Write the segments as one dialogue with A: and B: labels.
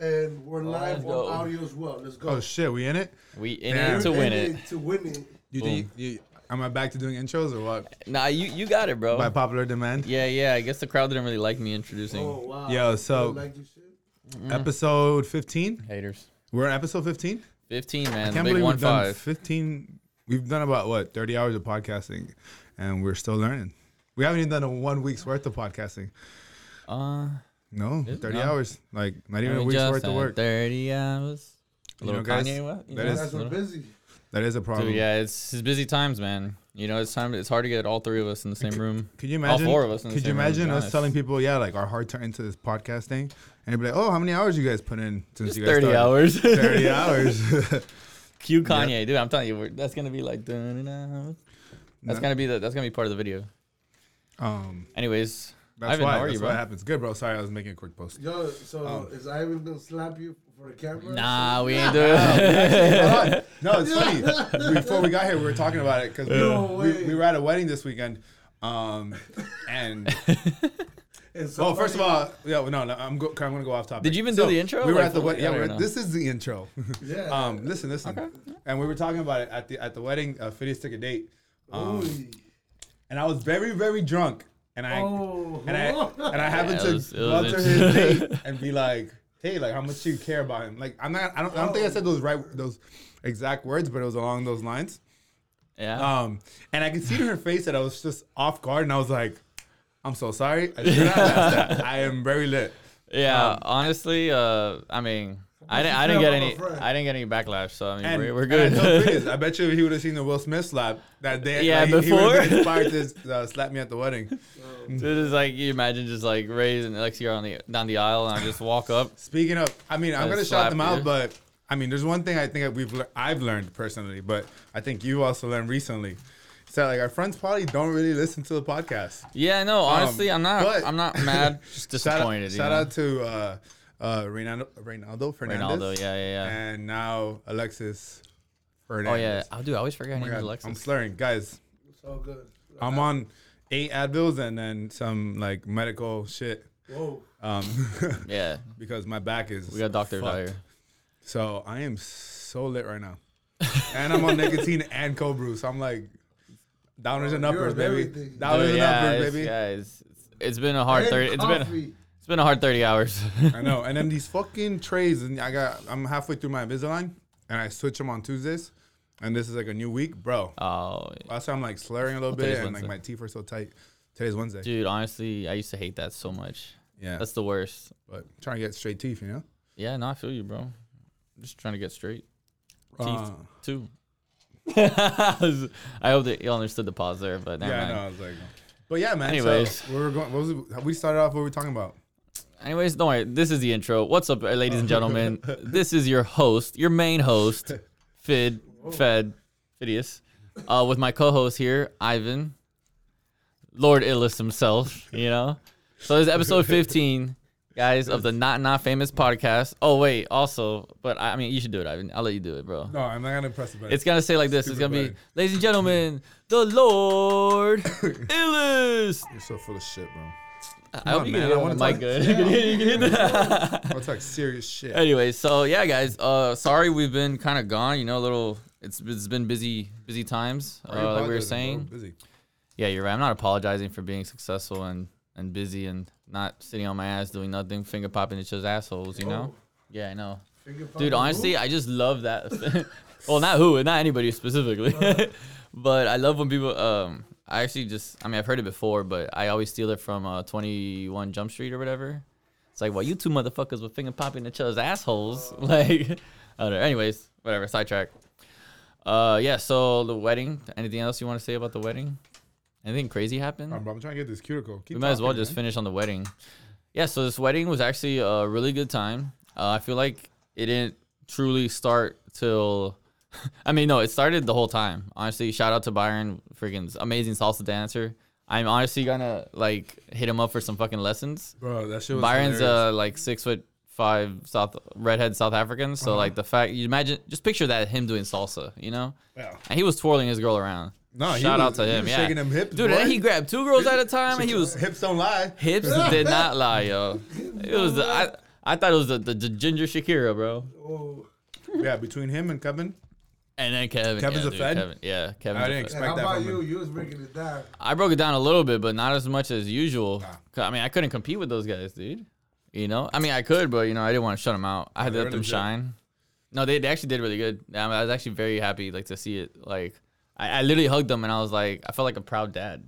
A: and we're live on
B: Oh, let's go.
A: audio as well. Let's go.
C: Oh shit, we in it?
B: We in
C: Damn.
B: it to
A: You're
B: win
A: in
B: it.
A: To win it.
C: You think you, am I back to doing intros or what?
B: Nah, you you got it, bro.
C: By popular demand.
B: Oh. Yeah, yeah. I guess the crowd didn't really like me introducing
A: Oh wow.
C: Yo, so-
A: They like your shit?
B: Mm.
C: Episode 15.
B: haters.
C: We're on episode 15.
B: Fifteen, man. The
C: Can't
B: big
C: believe
B: one
C: we've done
B: five.
C: 15. We've done about what 30 hours of podcasting, and we're still learning. We haven't even done a one week's worth of podcasting.
B: uh,
C: No,
B: Is it?
C: 30
B: No.
C: hours. Like not even a
B: we
C: week's
B: just
C: worth of
B: had
C: work.
B: Thirty hours. A
C: You
B: little
C: know, guys,
B: Kanye, what? You
C: that
B: know,
C: is-
A: Guys
B: a
A: were
B: little-
A: busy.
C: That is a problem.
B: Dude, yeah, it's, it's busy times, man. You know, it's time. It's hard to get all three of us in the same room.
C: Could you imagine?
B: four of us in the
C: could you
B: same room, to
C: imagine
B: be
C: us
B: honest.
C: telling people, yeah, like our hard turned into this podcast thing, and they'd be like, oh, how many hours you guys put in since
B: It's
C: you guys
B: Thirty
C: started?
B: hours.
C: 30 hours.
B: Cue Kanye, dude. I'm telling you, we're, that's gonna be like. dun, dun, dun. That's
C: No.
B: gonna be the. That's gonna be part of the video.
C: um,
B: Anyways,
C: That's
B: Ivan,
C: why.
B: how are you,
C: that's why
B: bro?
C: it happens. Good, bro. Sorry, I was making a quick post.
A: Yo, so
C: Oh.
A: is Ivan gonna slap you for the camera?
B: Nah, we ain't doing. it.
C: Hold on. no, it's funny. Before we got here, we were talking about it because
A: No
C: we,
A: way.
C: we were at a wedding this weekend. Um, and
A: And so-
C: well, first of all, yeah, well, no, no I'm, go, I'm gonna go off topic.
B: Did you even do the intro?
C: We were
B: Like,
C: at the
B: for-
C: wedding.
B: I
C: Yeah,
B: don't
C: we were,
B: know.
C: this is the intro.
A: Yeah.
C: um, listen, listen. And we were talking about it at the at the wedding. Uh, Phineas took a date, um,
A: Ooh.
C: and I was very very drunk, and I
A: Oh.
C: and I and I happened
B: it
C: to
B: was- it
C: go
B: was
C: up to his date and be like, "Hey, like, how much do you care about him?" Like, I'm not, I don't, I don't think I said those right, those exact words, but it was along those lines.
B: Yeah.
C: Um, and I could see in her face that I was just off guard, and I was like, "I'm so sorry. I should not have asked that. I am very lit."
B: Yeah,
C: um,
B: honestly, uh, I mean, I didn't, I
A: feel
B: didn't get
A: about
B: any,
A: my friend?
B: I didn't get any backlash, so I mean,
C: And
B: we're, we're
C: and I, told Chris,
B: good.
C: I bet you if he would have seen the Will Smith slap that day.
B: Yeah,
C: like, he- he would have been
B: before.
C: inspired to uh, slap me at the wedding.
B: Dude, it's like you imagine just like Ray's and Alexia on the down the aisle, and I just walk up.
C: Speaking of, I mean, I'm
B: Gotta
C: gonna shout
B: slap
C: them
B: you.
C: out, but I mean, there's one thing I think that we've lear- I've learned personally, but I think you also learned recently. It's that like our friends probably don't really listen to the podcast.
B: Yeah, no, honestly, I'm not,
C: Um, but-
B: I'm not mad, just
C: Shout out,
B: disappointed.
C: shout
B: you know?
C: out to uh, uh, Reynaldo, Reynaldo Fernandez.
B: Ronaldo, yeah, yeah, yeah.
C: And now Alexis
B: Oh yeah,
C: Fernandez.
B: I do. I always forget her
C: Oh
B: name
C: my
B: is
C: God, I'm
B: Alexis.
C: slurring, guys.
A: It's all good.
C: I'm on eight Advils and then some like medical shit
A: Whoa.
C: um,
B: Yeah,
C: because my back is.
B: we got doctors out
C: fucked.
B: here.
C: So I am so lit right now, and I'm on nicotine and cold brew. So I'm like, downers and
A: You're
C: uppers,
A: on
C: baby.
A: everything.
C: Downers
B: Dude,
C: and
B: yeah,
C: uppers,
B: it's,
C: baby.
B: yeah, it's, it's- it's been a hard
A: And
B: thirty. It's been,
A: coffee.
B: it's been a hard thirty hours.
C: I know. And then these fucking trays, and I got. I'm halfway through my Invisalign, and I switch them on Tuesdays, and this is like a new week, bro.
B: oh,
C: Last time I'm like slurring a little bit,
B: Today's
C: and
B: Wednesday.
C: like my teeth are so tight. Today's Wednesday.
B: dude, honestly, I used to hate that so much.
C: Yeah,
B: That's the worst.
C: but trying to get straight teeth, you know.
B: Yeah, no, I feel you, bro. I'm just trying to get straight. Teeth
C: Uh,
B: too. I hope that you understood the pause there, but never
C: yeah, I
B: mind.
C: know. I was like, but yeah, man.
B: Anyways.
C: so we were going. What was it, we started off? What were we talking about?
B: Anyways, don't worry. This is the intro. What's up, uh, ladies and gentlemen? this is your host, your main host, Fid, Fed, Phidias, uh, with my co-host here, Ivan, Lord Illus himself. You know. So this is episode 15, guys, of the Not Not Famous podcast. Oh wait, also, but I, I mean, you should do it, Ivan. I'll let you do it, bro.
C: No, I'm not gonna press the button.
B: It's gonna say like this. It's
C: Stupid
B: gonna be,
C: button.
B: ladies and gentlemen, the Lord Illus.
C: You're so full of shit, bro.
B: I hope you
C: man,
B: can
C: I
B: hear
C: wanna
B: the mic
C: talk-
B: good. You can hear- you can hear that.
C: I'll talk serious shit.
B: Anyway, so yeah, guys. Uh, sorry we've been kind of gone. You know, a little. It's it's been busy busy times.
C: Why are you
B: Uh, like we were
C: apologizing, bro?
B: saying.
C: Busy.
B: Yeah, you're right. I'm not apologizing for being successful and and busy and not sitting on my ass doing nothing, finger popping each other's assholes. You know.
A: Oh.
B: Yeah, I know.
A: Finger
B: Dude,
A: fucking
B: honestly, I just love that. well, not who, not anybody specifically, but I love when people. Um, I actually just, I mean, I've heard it before, but I always steal it from uh, Twenty One Jump Street or whatever. It's like, well, you two motherfuckers were finger popping each other's assholes. like, I don't know. Anyways, whatever. Sidetrack. Uh, yeah. So the wedding. Anything else you want to say about the wedding? Anything crazy happened?
C: Come on, bro, I'm trying to get this cuticle. Keep
B: we might as well
C: talking,
B: just
C: man.
B: finish on the wedding. Yeah, so this wedding was actually a really good time. Uh, I feel like it didn't truly start till. I mean, no, it started the whole time. Honestly, shout out to Byron, freaking amazing salsa dancer. I'm honestly gonna like hit him up for some fucking lessons.
C: Bro, that shit was
B: Byron's
C: hilarious.
B: uh like six foot five South redhead South African,
C: Uh-huh.
B: so like the fact you imagine just picture that him doing salsa, you know,
C: Wow.
B: and he was twirling his girl around.
C: No, he
B: shout
C: was-
B: out to
C: he
B: him,
C: was
B: yeah,
C: shaking them hips,
B: dude. And then
C: boy.
B: he grabbed two girls at a time, and he was
C: hips don't lie.
B: Hips did not lie, yo. It was the, I, I thought it was the, the, the ginger Shakira, bro.
A: Oh,
C: yeah, between him and Kevin.
B: And then Kevin.
C: Kevin's
B: yeah,
C: a Fed?
B: Kevin. Yeah, Kevin.
C: I didn't
A: hey,
C: Expect
A: how
C: that
A: about
C: from
A: you?
C: him.
A: You was breaking it down.
B: I broke it down a little bit, but not as much as usual.
C: Ah.
B: 'Cause, I mean, I couldn't compete with those guys, dude. You know, I mean, I could, but you know, I didn't want to shut them out. I had to
C: they were
B: let them
C: legit.
B: shine. No, they, they actually did really good. I, I was actually very happy, like to see it. Like, I, I literally hugged them, and I was like, I felt like a proud dad.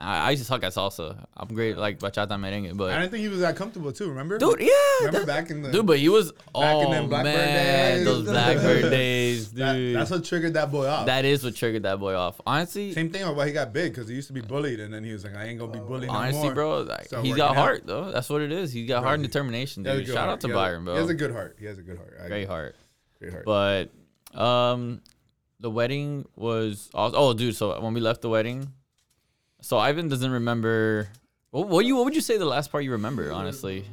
B: I, I used to suck at salsa. I'm great, like bachata merengue,
C: I
B: but
C: didn't think he was that comfortable too. Remember,
B: dude, yeah,
C: Remember
B: that-
C: back in the
B: dude, but he was
C: in
B: oh
C: them Blackbird
B: man,
C: days.
B: those Blackbird days, dude.
C: that- that's what triggered that boy off.
B: that is what triggered that boy off. Honestly,
C: Same thing about why he got big because he used to be bullied, and then he was like, "I ain't gonna be bullied no
B: Honestly,
C: more."
B: bro, like,
C: Start
B: he's
C: working
B: got
C: out.
B: heart though. That's what it is. He's got heart and
C: he-
B: determination,
C: He has a
B: dude.
C: good
B: Shout
C: heart.
B: out to
C: He has a-
B: Byron, bro.
C: He has a good heart. He has a good heart. I,
B: Great heart.
C: Great heart.
B: But um, the wedding was also. Oh, dude. So when we left the wedding, so Ivan doesn't remember. What, what you? What would you say the last part you remember? Honestly,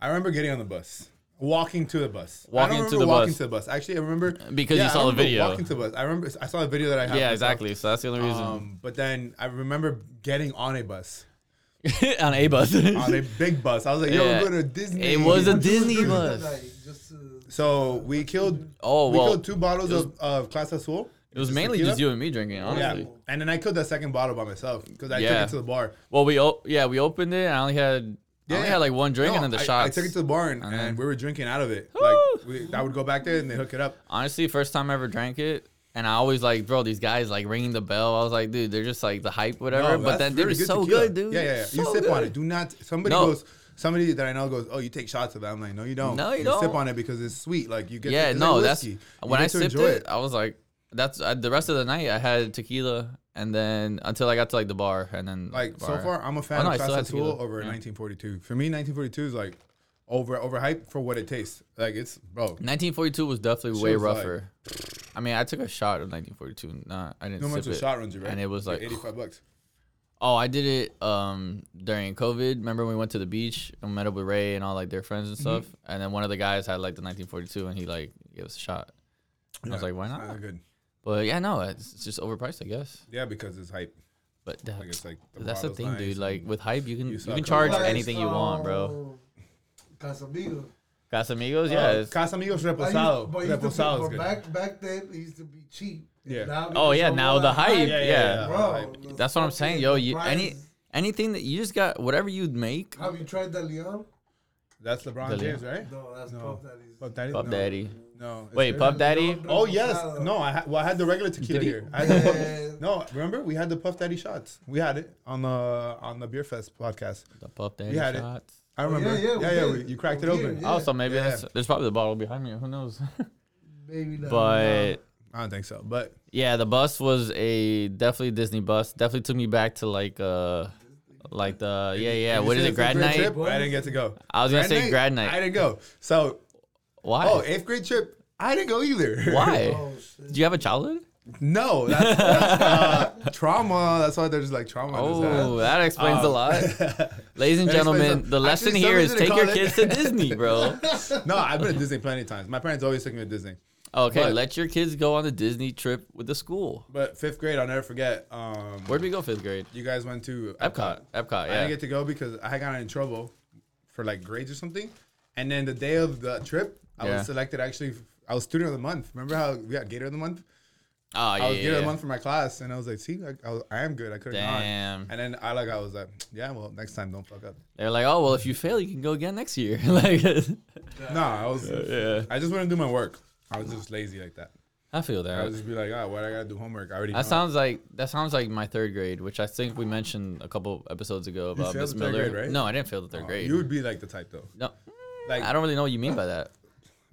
C: I remember getting on the bus, walking to the bus. I
B: Walking
C: don't
B: to
C: remember
B: the
C: walking
B: bus.
C: to the bus. Actually, I remember
B: Because you
C: I
B: saw the
C: remember
B: video.
C: Walking to the bus. I remember. I saw a video that I have.
B: yeah,
C: myself.
B: exactly. So that's the only reason.
C: Um, but then I remember getting on a bus,
B: on a bus.
C: on a big bus. I was like, "Yo,
B: Yeah.
C: we're going to Disney."
B: It was
A: What
B: a
A: you was
B: Disney
A: drinking
B: bus.
A: that night? Just, uh,
C: So we killed.
B: Oh,
C: we
B: well,
C: killed two bottles
B: it was-
C: of, of Class Azul.
B: it was mainly
C: tequila.
B: just you and me drinking.
C: Yeah,
B: Honestly.
C: and then I killed that second bottle by myself because I
B: Yeah.
C: took it to the bar.
B: Well, we o- yeah we opened it. and I only had. I only
C: Yeah.
B: had like one drink
C: No,
B: and then the
C: I,
B: shots.
C: I took it to the bar and,
B: then-
C: and we were drinking out of it.
B: Woo!
C: Like we, I would go back there and they hook it up.
B: honestly, first time I ever drank it, and I always like, bro, these guys like ringing the bell. I was like, dude, they're just like the hype, whatever.
C: No,
B: but
C: that's
B: then they
C: very
B: were so
C: tequila.
B: good, dude.
C: Yeah, yeah. yeah.
B: So
C: you sip on
B: good.
C: it. Do not. Somebody
B: No.
C: goes. Somebody that I know goes. Oh, you take shots of that. I'm like, no, you don't.
B: No, you
C: Sip
B: don't.
C: on it because it's sweet. Like you get.
B: Yeah,
C: it's like
B: no, that's
C: whiskey. You
B: when
C: get
B: I
C: to
B: sipped it,
C: enjoy
B: I was like, that's I, the rest of the night. I had tequila, and then until I got to like the bar, and then
C: Like
B: the
C: so
B: bar.
C: far, I'm a fan
B: Oh, no, I
C: of
B: still
C: Casa
B: had
C: Azul
B: tequila.
C: over
B: Yeah.
C: 1942. For me, 1942 is like over overhyped for what it tastes. Like it's bro.
B: 1942 was definitely
C: Shit
B: way
C: was like-
B: rougher. I mean, I took a shot of 1942. Nah, I didn't
C: No much
B: sip
C: a
B: it.
C: shot runs you, right?
B: And it was like,
C: 85 bucks.
B: oh, I did it um during COVID. Remember when we went to the beach and met up with Ray and all like their friends and
C: Mm-hmm.
B: stuff. And then one of the guys had like the 1942, and he like gave us a shot. I was like, why
C: it's
B: not?
C: good.
B: But yeah, no, it's it's just overpriced, I guess.
C: Yeah, because it's hype.
B: But that-
C: Like it's like the
B: that's the
C: bottle's
B: thing,
C: nice
B: dude.
C: and-
B: Like with hype, you can
C: You
B: you,
C: suck
B: can
C: up.
B: charge
A: like,
B: anything you want, bro.
A: um, Casamigos.
B: Casamigos, yeah.
C: Uh,
B: it's-
C: Casamigos
A: I used-
C: Reposado.
A: but it used to be-
C: Reposado is
A: but
C: good.
A: Back back then, it used to be cheap. And
C: Yeah.
A: now
B: oh
A: because
B: yeah,
A: of
B: now
A: all
B: the
A: that
B: hype,
C: yeah,
B: yeah.
C: yeah,
A: bro. the
B: That's what I'm saying, yo.
A: fucking
B: You any
A: price.
B: anything that you just got, whatever you make,
A: Have you tried the Leon?
C: That's LeBron
B: Deli-
C: James, right?
A: No, that's
C: Eh? No.
A: Pop Daddy's.
C: Pub Daddy.
B: Pub
C: no.
B: Daddy.
C: No. it's
B: Wait,
C: good.
B: Pub Daddy.
C: Oh yes. No, I ha- well I had the regular tequila
B: Did he-
C: here. I had the
A: Man.
C: Puff- no, remember we had the Puff Daddy shots. We had it on the on the Beer Fest podcast.
B: The Pub Daddy
C: had it.
B: shots.
C: I
A: Oh, yeah,
C: remember.
A: yeah, we
C: yeah.
A: did. Oh,
C: we- you cracked it
A: We did,
C: open.
A: yeah.
B: Also, maybe
C: Yeah.
B: that's there's probably the bottle behind me. Who knows?
A: Maybe not.
B: but
C: I don't think so, but
B: yeah, the bus was a definitely Disney bus. Definitely took me back to like uh like the yeah yeah
C: Did you
B: what
C: see
B: is
C: the
B: it grad
C: fifth grade
B: night?
C: Trip? I didn't get to go.
B: I was gonna say grad night.
C: I didn't go. So
B: Why?
C: oh eighth grade trip. I didn't go either.
B: Why?
A: Oh, shit.
B: Do you have a childhood?
C: No, that's, that's uh, trauma. That's why there's like trauma. in his head.
B: Oh, that explains a lot. Ladies and
C: Um, That explains
B: gentlemen,
C: a-
B: the lesson
C: Actually,
B: here
C: somebody
B: is
C: didn't
B: take
C: call
B: your
C: it.
B: kids to Disney, bro.
C: no, I've been to Disney plenty of times. My parents always took me to Disney.
B: Okay,
C: But-
B: let your kids go on the Disney trip with the school.
C: But fifth grade, I'll never forget. Um,
B: Where'd we go fifth grade?
C: you guys went to
B: Epcot. Epcot,
C: I didn't
B: yeah.
C: get to go because I got in trouble for like grades or something. And then the day of the trip, I
B: Yeah.
C: was selected. Actually, I was student of the month. Remember how we got Gator of the month?
B: Oh, yeah.
C: I was Gator
B: yeah,
C: of the
B: yeah.
C: month for my class, and I was like, "See, I, I, was, I am good. I could have gone."
B: Damn.
C: And then I like I was like, "Yeah, well, next time don't fuck up."
B: They're like, oh, well, if you fail, you can go again next year. like,
C: No, I was.
B: yeah.
C: I just wouldn't do my work. I was just lazy like that.
B: I feel
C: I would
B: that.
C: just be like, "Ah, why do I gotta do homework? I already."
B: That
C: know."
B: sounds like that sounds like my third grade, which I think we mentioned a couple episodes ago about
C: failed
B: Miss
C: the third
B: Miller.
C: grade, right? Oh,
B: No, I didn't fail the third grade.
C: You would be like the type though.
B: no,
C: Like
B: I don't really know what you mean by that.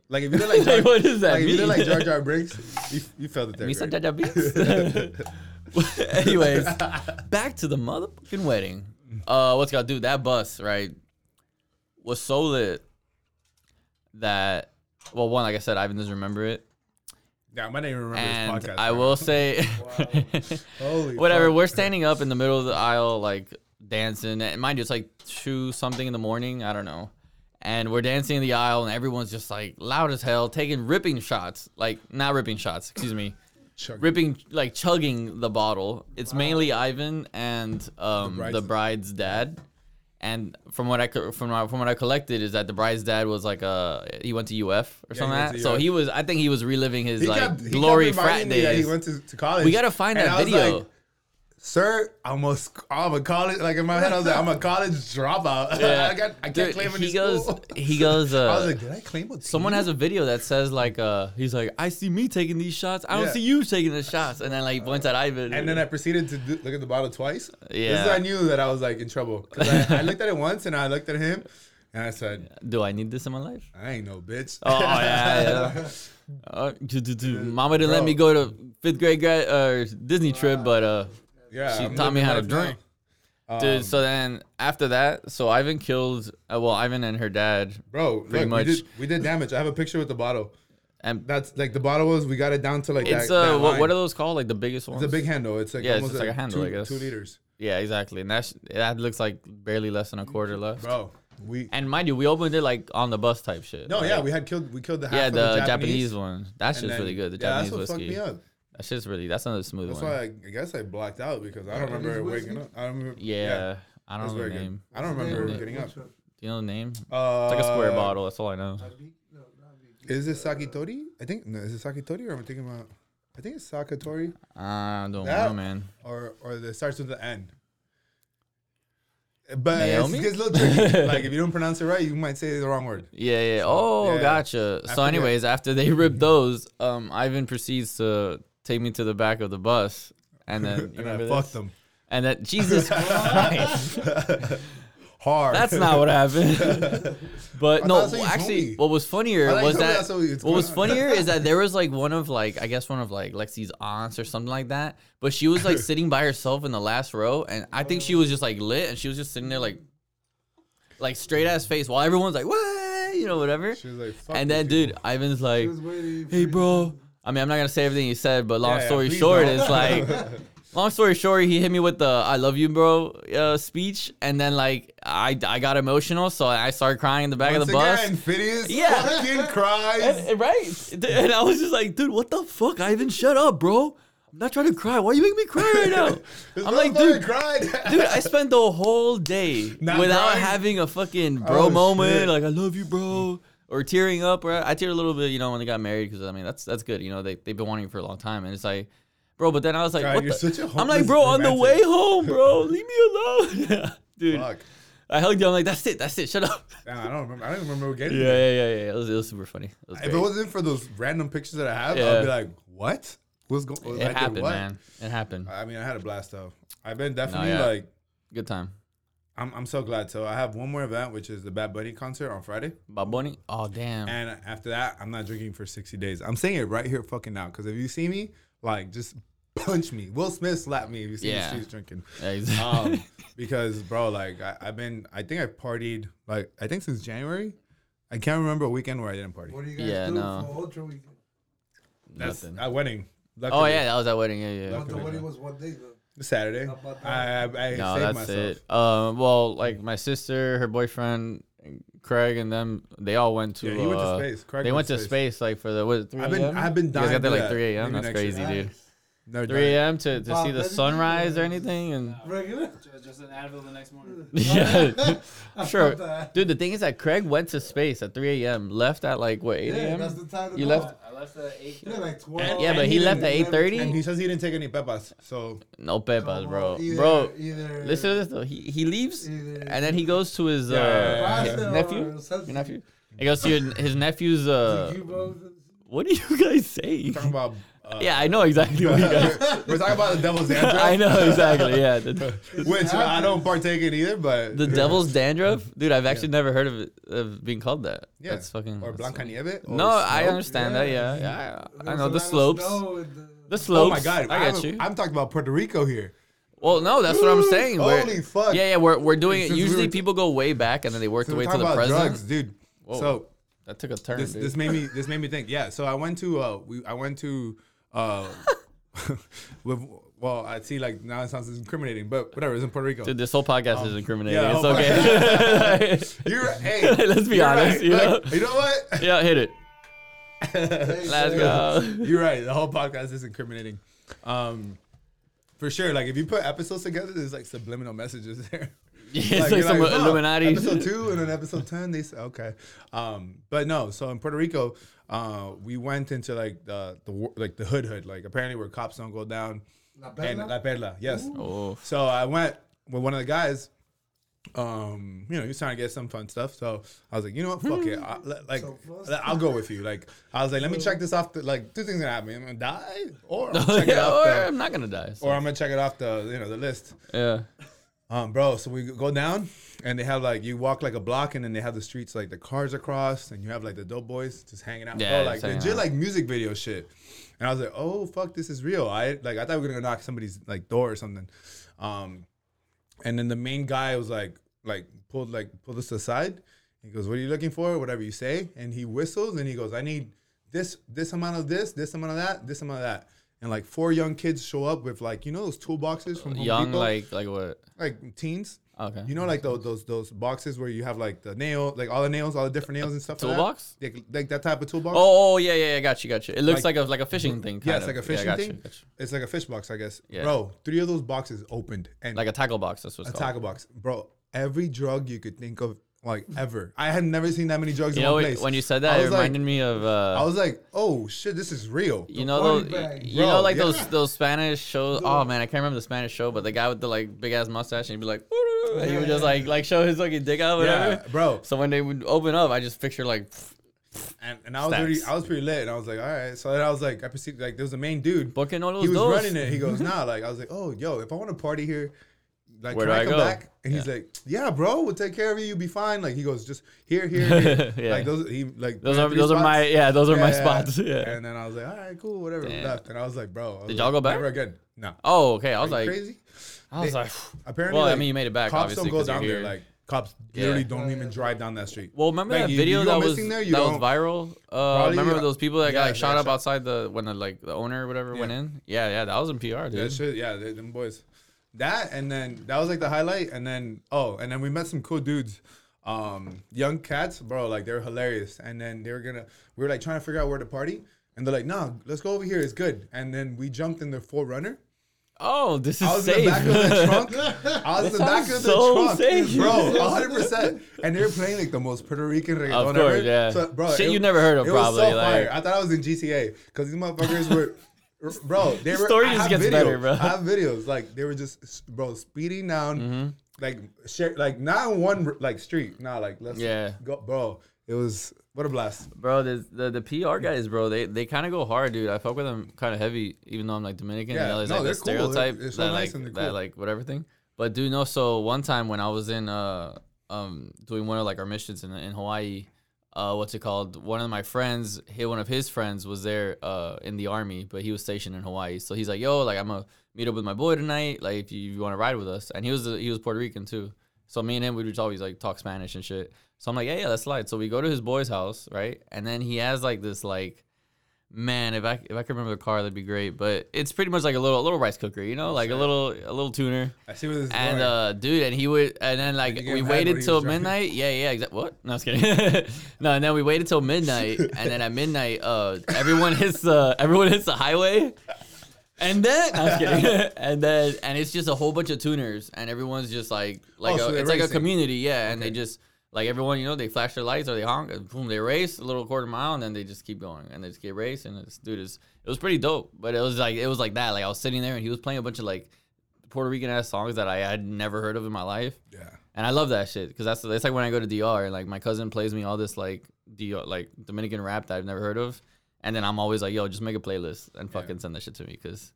C: Like if you did like,
B: Like, what does that
C: like if you did
B: mean?
C: like Jar Jar Binks, you, you failed the
B: Me
C: third
B: some
C: grade.
B: Jaja Binks. Anyways, back to the motherfucking wedding. Uh, what's got dude? That bus right was so lit that well, one like I said, Ivan doesn't remember it,
C: Yeah, I might not even remember
B: and
C: this podcast.
B: I
C: now.
B: will say,
C: Holy
B: whatever.
C: fuck.
B: We're standing up in the middle of the aisle, like dancing, and mind you, it's like two something in the morning. I don't know. And we're dancing in the aisle, and everyone's just like loud as hell, taking ripping shots. Like, not ripping shots, excuse me
C: Chuck-
B: ripping like chugging the bottle. It's mainly Ivan and um,
C: The
B: the, bride's.
C: bride's-
B: dad. And from what I co- from my, from what I collected is that the bride's dad was like uh he went to UF or
C: he
B: something.
C: went
B: like that.
C: to
B: So
C: UF.
B: he was I think he was reliving his
C: He
B: like
C: kept- he
B: glory
C: kept
B: frat
C: reminding me that
B: days.
C: He went to, to college.
B: we gotta find
C: And
B: that
C: I was
B: video.
C: like, Sir, I'm a sc- I'm a college like in my head I was like I'm a college dropout.
B: Yeah.
C: I got I can't
B: Dude,
C: claim any
B: he goes
C: school.
B: he goes uh
C: I was like, did I claim a
B: Someone
C: team?
B: has a video that says like uh he's like I see me taking these shots I don't
C: Yeah.
B: see you taking the shots and then like points at Ivan
C: And then I proceeded to do, look at the bottle twice. This is
B: Yeah.
C: how I knew that I was like in trouble. 'Cause I, I looked at it once and I looked at him and I said,
B: do I need this in my life
C: I ain't no bitch.
B: Oh yeah, yeah. Uh, dude, dude, dude, Mama didn't let
C: Bro.
B: me go to fifth grade grad, uh, Disney trip, but uh,
C: yeah.
B: she
C: I'm
B: taught me
C: living
B: how to
C: life now.
B: drink.
C: Um,
B: dude. So then after that, so Ivan killed. Uh, well, Ivan and her dad,
C: Bro,
B: Pretty
C: look,
B: much.
C: We, did, we did damage. I have a picture with the bottle.
B: and
C: That's like the bottle was, we got it down to like
B: it's
C: that.
B: uh,
C: that
B: what, what are
C: line.
B: those called? Like the biggest ones.
C: It's a big handle. It's like
B: Yeah, it's
C: almost
B: just like a handle,
C: two,
B: I guess.
C: Two liters.
B: yeah, exactly. And that's that looks like barely less than a quarter left.
C: Bro, we.
B: And mind you, we opened it like on the bus type shit.
C: No,
B: Like,
C: yeah, we had killed, we killed the half
B: yeah,
C: of
B: the, Japanese,
C: Japanese
B: one. That
C: and
B: shit's
C: then-
B: really good. The
C: yeah,
B: Japanese
C: that's what
B: whiskey.
C: fucked me up.
B: That shit's really. That's another smooth
C: That's
B: one.
C: why I, I guess I blacked out because I don't remember
A: Japanese
C: waking
A: whiskey?
C: up. I don't remember.
B: yeah, I
C: that's
B: don't know
C: very
B: the
C: good.
B: name.
C: I don't remember getting up.
B: Do you know the name?
C: Uh,
B: It's like a square bottle. That's all I know.
C: Is it Sakitori? I think no. Is it Sakitori or am I thinking about? I think it's Sakatori
B: I don't
C: That-
B: know, man.
C: or or that starts with the N. But it's,
B: Naomi?
C: it gets a little tricky. like if you don't pronounce it right, you might say the wrong word.
B: Yeah, yeah. Oh,
C: yeah. Mm-hmm.
B: gotcha.
C: After
B: so,
C: that-
B: anyways, after they rip those, um, Ivan proceeds to take me to the back of the bus, and then you
C: And I
B: remember
C: fucked
B: this?
C: them
B: And then Jesus Christ,
C: hard.
B: that's not what happened. But
C: I
B: no,
C: thought so you told
B: actually,
C: me.
B: what was
C: I
B: funnier
C: thought you
B: was
C: told me
B: that
C: that's what we- it's
B: what was
C: going on.
B: funnier is that there was like one of like I guess one of like Lexi's aunts or something like that, but she was like sitting by herself in the last row, and I think she was just like lit, and she was just sitting there like, like straight ass face, while everyone's like, what, you know, whatever.
C: She was like, Fuck
B: And
C: these
B: then,
C: people.
B: dude, Ivan's like, hey, bro. I mean, I'm not gonna say everything he said, but long
C: Yeah, yeah,
B: story
C: please
B: short,
C: don't.
B: it's like, long story short, he hit me with the "I love you, bro" uh, speech, and then like I, I got emotional, so I started crying in the back of
C: Once
B: the
C: again,
B: bus.
C: Phineas
B: Yeah.
C: fucking cries.
B: And- right, and I was just like, dude, what the fuck, Ivan? Shut up, bro. I'm not trying to cry. Why you make me cry right now?
C: This
B: I'm like,
C: motherfucker
B: dude,
C: cried.
B: dude, I spent the whole day
C: Not
B: without
C: crying?
B: having a fucking bro
C: Oh,
B: moment,
C: shit.
B: like I love you, bro, or tearing up. Or I, I teared a little bit, you know, when they got married because I mean that's that's good, you know, they they've been wanting you for a long time, and it's like, bro. But then I was like,
C: God,
B: what
C: you're
B: the-
C: such a
B: I'm like,
C: hopeless
B: bro, on the
C: romantic.
B: way home, bro, leave me alone, Yeah, dude.
C: Fuck.
B: I hugged you. I'm like, that's it, that's it, shut up.
C: Damn, I don't remember. I don't even remember
B: Yeah,
C: getting.
B: yeah,
C: there.
B: yeah, yeah. It was, it was super funny. It was
C: If it
B: great.
C: wasn't for those random pictures that I have,
B: Yeah.
C: I'd be like, what? What's going?
B: it happened, man. It happened.
C: I mean, I had a blast though. I've been definitely
B: yeah.
C: like,
B: Good time.
C: I'm, I'm so glad. So I have one more event, which is the Bad Bunny concert on Friday,
B: Bob Bunny. Oh damn.
C: and after that, I'm not drinking for 60 days. I'm saying it right here, fucking now, because if you see me, like, just punch me. Will Smith slapped me if you see me in
B: Yeah.
C: the streets drinking.
B: Yeah, he's-
C: Um, because bro, like I, I've been, I think I partied like I think since January. I can't remember a weekend where I didn't party.
A: What do you guys
B: Yeah,
A: do
B: no.
A: for Ultra Weekend?
C: That's
B: nothing.
C: a wedding.
B: Oh
C: Luckily,
B: yeah, that was that wedding. Yeah, yeah.
A: Ultra Weekend was one day, though.
C: Saturday.
A: How about that?
C: I, I, I
B: No,
C: saved
B: that's
C: myself.
B: it. Um, well, like my sister, her boyfriend, Craig, and them, they all went to.
C: Yeah, he went to
B: uh,
C: space. Craig
B: they went
C: went
B: to
C: to
B: space like for the what? is it, 3
C: I've been-
B: a.m.?
C: I've been
B: You guys
C: dying
B: got there
C: for
B: like
C: that.
B: 3 a.m.
C: Maybe
B: That's
C: next year.
B: crazy, dude.
A: Nice.
C: 3
B: 3 a.m. to, to
A: Wow,
B: see the
A: that is-
B: sunrise or anything, and
A: Regular?
D: Just, just an Advil the next morning.
B: yeah,
A: I
B: sure,
A: thought that.
B: dude. The thing is that Craig went to space at 3 a.m. Left at like what 8
A: Yeah, that's the
B: a.m.
A: time. to
B: You
A: go.
B: left-
D: I left at eight.
A: Yeah, like 12.
B: Yeah, but he left at 8:30?
C: And he says he didn't take any pepas. So
B: No pepas, bro.
A: Either-
B: Bro,
A: either-
B: listen to this though. He he leaves
A: either-
B: and then he goes to his
C: Yeah, yeah,
B: uh,
C: yeah,
B: his
A: Pasta
B: nephew.
A: or something.
B: Your nephew. He goes to your, his nephew's. Uh,
A: You both-
B: what do you guys say?
C: talking about uh,
B: Yeah, I know exactly what you guys.
C: we're talking about the devil's dandruff.
B: I know exactly. Yeah, the,
C: Which I don't partake in either, but
B: the devil's dandruff, dude. I've actually never heard of it of being called that. Yeah, that's fucking.
C: or
B: that's-
C: Blanca Nieve. or
B: No, I
C: snow.
B: understand that. Yeah, yeah. I, I
A: There's
B: know
A: a
B: the
A: lot of
B: slopes.
A: snow in the-
B: The
C: Oh
B: slopes.
C: my god,
B: I got
C: I'm,
B: you.
C: I'm talking about Puerto Rico here.
B: well, no, that's what I'm
C: Ooh,
B: saying.
C: holy
B: We're-
C: fuck.
B: Yeah, yeah. We're we're doing it.
C: Since we
B: Usually,
C: were-
B: people go way back and then they work
C: So
B: their
C: we're
B: way to the
C: talking about
B: present.
C: drugs, dude.
B: Whoa.
C: So
B: That took a turn.
C: this
B: dude.
C: this made me this made me think. Yeah. So I went to uh we I went to uh with well I see like now it sounds incriminating, but whatever. It's in Puerto Rico.
B: Dude, this whole podcast is incriminating.
C: yeah,
B: it's
C: oh my-
B: okay.
C: You're hey.
B: Let's be
C: you're
B: honest.
C: right.
B: You know?
C: Look, you know what?
B: yeah, hit it.
A: Hey,
B: Let's
A: so-
B: go.
C: You're right. The whole podcast is incriminating. Um, for sure. Like if you put episodes together, there's like subliminal messages there.
B: Yeah, it's like
C: you're
B: some
C: huh,
B: Illuminati.
C: Episode two and then episode ten. They said okay, um, but no. So in Puerto Rico, uh, we went into like the the wo- like the hood hood. Like apparently where cops don't go down.
A: La
C: And
A: Perla?
C: La Perla, yes.
B: Oh,
C: So I went with one of the guys. Um, you know, he was trying to get some fun stuff. So I was like, you know what, fuck it. I, li- like,
A: So close.
C: I'll go with you. Like, I was like, let me check this off. The, like, two things gonna happen: I'm gonna die, or I'm gonna check it
B: yeah,
C: off
B: or
C: the,
B: I'm not gonna die. so-
C: or I'm gonna check it off the, you know, the list.
B: yeah.
C: Um, bro, so we go down and they have like you walk like a block and then they have the streets like the cars across and you have like the dope boys just hanging out.
B: Yeah,
C: bro, like
B: just hanging
C: legit
B: out.
C: like music video shit. And I was like, oh fuck, this is real. I like I thought we were gonna knock somebody's like door or something. Um, and then the main guy was like like pulled like pulled us aside. He goes, What are you looking for? Whatever you say. And he whistles and he goes, I need this this amount of this, this amount of that, this amount of that. And like four young kids show up with like, you know those toolboxes from Home
B: Young,
C: Depot?
B: like like what?
C: like teens.
B: Okay.
C: You know, like those those those boxes where you have like the nail, like all the nails, all the different nails and stuff. like that?
B: Toolbox?
C: like, like that type of toolbox.
B: Oh, oh yeah, yeah, yeah. Got you, got you. It looks
C: Like-
B: like, a like a fishing thing. Kind
C: yeah, it's
B: of.
C: like a
B: Yeah,
C: fishing
B: got
C: thing.
B: you, got you.
C: It's like a fish box, I guess.
B: Yeah.
C: Bro, three of those boxes opened and
B: Like a tackle box. That's what's
C: a
B: called.
C: taco box, bro. Every drug you could think of, like ever. I had never seen that many drugs
B: You
C: in
B: know,
C: one
B: what-
C: place.
B: when you said that,
C: I
B: it
C: was like-
B: reminded me of.
C: I
B: Uh,
C: was like, oh shit, this is real.
B: you know
A: party
B: those,
A: bag.
B: you know
C: Bro,
B: like
C: yeah.
B: those those Spanish shows. Oh man, I can't remember the Spanish show, but the guy with the like big ass mustache, and he'd be like, and he would just like like show his fucking dick out, whatever.
C: Yeah, bro.
B: So when they would open up, I just picture like,
C: And, and I was
B: Stacks.
C: pretty, I was pretty lit, and I was like, all right. So then I was like, I perceived like there was a main dude.
B: Booking all
C: he
B: those
C: was
B: doors.
C: running it. He goes, nah. Like I was like, oh, yo, if I want to party here, like
B: Where
C: can
B: do
C: I
B: I
C: come
B: go?
C: back? And he's like, yeah, bro, we'll take care of you. You'll be fine. Like he goes, just here, here, here.
B: Yeah.
C: Like those, he like
B: those
C: ran
B: are
C: three
B: those are
C: spots.
B: my yeah those are my
C: Yeah.
B: spots. Yeah.
C: And then I was like, all right, cool, whatever.
B: Damn.
C: Left, and I was like, bro, I was
B: Did
C: like,
B: y'all go back?
C: Never again. No.
B: Oh okay. I was
C: Are you
B: like,
C: crazy?
B: I was
C: They-
B: like,
C: Apparently,
B: well, I
C: like,
B: mean, you made it back.
C: cops
B: obviously,
C: don't go
B: 'cause you're
C: down there.
B: here.
C: Like cops
B: Yeah.
C: literally don't even drive down that street.
B: Well, remember
C: Like,
B: that
C: you-
B: video
C: you go
B: that was
C: missing there, you
B: that was
C: don't-
B: viral. Uh,
C: Probably,
B: remember
C: uh,
B: those people that
C: yeah,
B: got like,
C: they
B: shot
C: got
B: up
C: shot.
B: outside the when the like the owner or whatever went
C: Yeah.
B: in? Yeah, yeah, that was in PR,
C: That
B: dude.
C: shit, yeah, they, them boys. That and then that was like the highlight, and then oh, and then we met some cool dudes, um, young cats, bro. Like they were hilarious, and then they were gonna, we were like trying to figure out where to party, and they're like, nah, let's go over here, it's good. And then we jumped in the forerunner.
B: Oh, this is
C: I was
B: safe.
C: in the back of the trunk. I was in the back of the
B: sounds so
C: trunk,
B: safe.
C: bro, 100. percent And they were playing like the most Puerto Rican reggaeton
B: Of course,
C: ever.
B: yeah.
C: So, bro,
B: Shit you never heard of,
C: it Was
B: probably,
C: so
B: like-
C: fire. I thought I was in GTA because these motherfuckers were. Bro, they were.
B: Story
C: I
B: just
C: have
B: gets
C: videos.
B: better, bro.
C: I have videos like they were just, bro, speeding down,
B: Mm-hmm.
C: like share, like not on one like street, nah, like let's
B: Yeah.
C: go, bro. It was what a blast.
B: bro. The, the the PR guys, bro, they they kind of go hard, dude. I fuck with them kind of heavy, even though I'm like Dominican.
C: Yeah,
B: Yeah, and
C: no,
B: like
C: they're
B: the
C: cool. They're-
B: stereotype
C: they're so
B: that
C: nice
B: like
C: and they're
B: that
C: cool.
B: like whatever thing. But dude, no. So one time when I was in uh um doing one of like our missions in in Hawaii. Uh, what's it called? One of my friends, he, one of his friends was there uh, in the army, but he was stationed in Hawaii. So he's like, "Yo, like I'm gonna meet up with my boy tonight. Like if you, want to ride with us." And he was he was Puerto Rican too. So me and him, we would always like talk Spanish and shit. So I'm like, "Yeah, yeah, let's slide." So we go to his boy's house, right? And then he has like this like man, if I if I could remember the car, that'd be great. But it's pretty much like a little a little rice cooker, you know, like a little a little tuner.
C: I see what this is
B: And
C: going.
B: uh, dude, and he would, and then like
C: you get
B: we
C: mad when
B: waited
C: he
B: till
C: was driving?
B: midnight. Yeah, yeah, exactly. What? No, I was kidding. no, and then we waited till midnight, and then at midnight, uh, everyone hits the everyone hits the highway, and then I was kidding. and then and it's just a whole bunch of tuners, and everyone's just like like
C: Oh, so
B: a,
C: they're
B: it's like a
C: racing.
B: community, yeah. And they just like everyone, you know, they flash their lights or they honk, and boom, they race a little quarter mile, and then they just keep going, and they just get raced, and it's dude, it's, it was pretty dope. But it was like it was like that. Like I was sitting there, and he was playing a bunch of like. Puerto Rican ass songs that I had never heard of in my life,
C: yeah,
B: and I love that shit because that's that's like when I go to DR and like my cousin plays me all this like DR like Dominican rap that I've never heard of, and then I'm always like, yo, just make a playlist and fucking send that shit to me because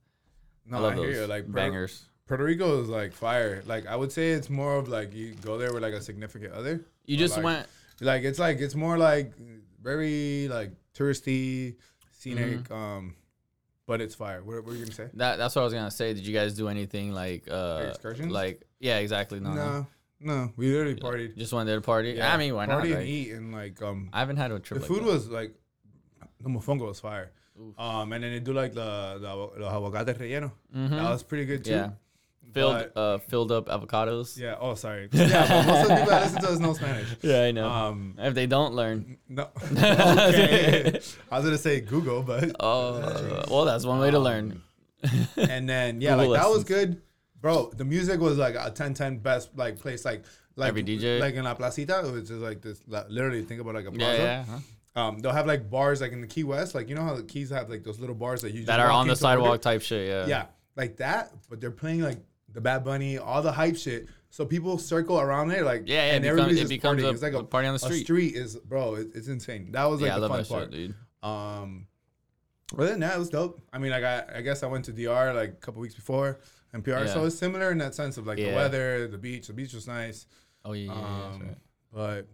C: no,
B: I
C: I,
B: love
C: hear
B: those
C: you. Like bro,
B: bangers.
C: Puerto Rico is like fire. Like I would say it's more of like you go there with like a significant other.
B: You
C: Or,
B: just
C: like-
B: went,
C: Like it's like it's more like very like touristy, scenic,
B: Mm-hmm.
C: um, but it's fire. What, what were you gonna say?
B: that that's what I was gonna say. Did you guys do anything like uh
C: excursions?
B: Like yeah, exactly. No, no.
C: No, no, we literally partied.
B: just went there to party. I mean, why
C: party
B: not?
C: and
B: like,
C: eat and like um,
B: I haven't had a trip. like
C: the food
B: that.
C: was like the mofongo was fire. Um, and then they do like the the, the aguacate relleno. That was pretty good too.
B: Mm-hmm. yeah, filled uh filled up avocados.
C: Yeah. Oh, sorry. Yeah, but most of the people that listen to us know Spanish.
B: Yeah, I know.
C: Um,
B: if they don't learn,
C: No. okay. I was gonna say Google, but Um,
B: oh, well, uh, that's one way to learn.
C: and then yeah,
B: Google
C: like that was
B: lessons.
C: good. bro, the music was like a 10 10 best like place like like
B: Every DJ?
C: like in La Placita, which is like this like, literally think about like a plaza.
B: Yeah, yeah. huh?
C: Um, they'll have like bars like in the Key West, like you know how the Keys have like those little bars that you just
B: That are
C: walk
B: on the
C: into order?
B: sidewalk type shit. Yeah.
C: Yeah, like that, but they're playing like the Bad Bunny, all the hype shit. So people circle around there, like
B: Yeah, yeah, it
C: and
B: become-
C: everybody's
B: it
C: just
B: becomes
C: partying.
B: a-
C: it's like a,
B: a party on the street.
C: A street is bro, it, it's insane. That was like
B: yeah, I
C: the
B: love
C: fun
B: that
C: part.
B: shit, dude.
C: Um, other than that, it was dope. I mean, like I, I guess I went to DR like a couple weeks before NPR, so
B: Yeah.
C: it's similar in that sense of like the
B: Yeah.
C: weather, the beach. The beach was nice,
B: Oh yeah, yeah, yeah that's
C: Um,
B: right.
C: but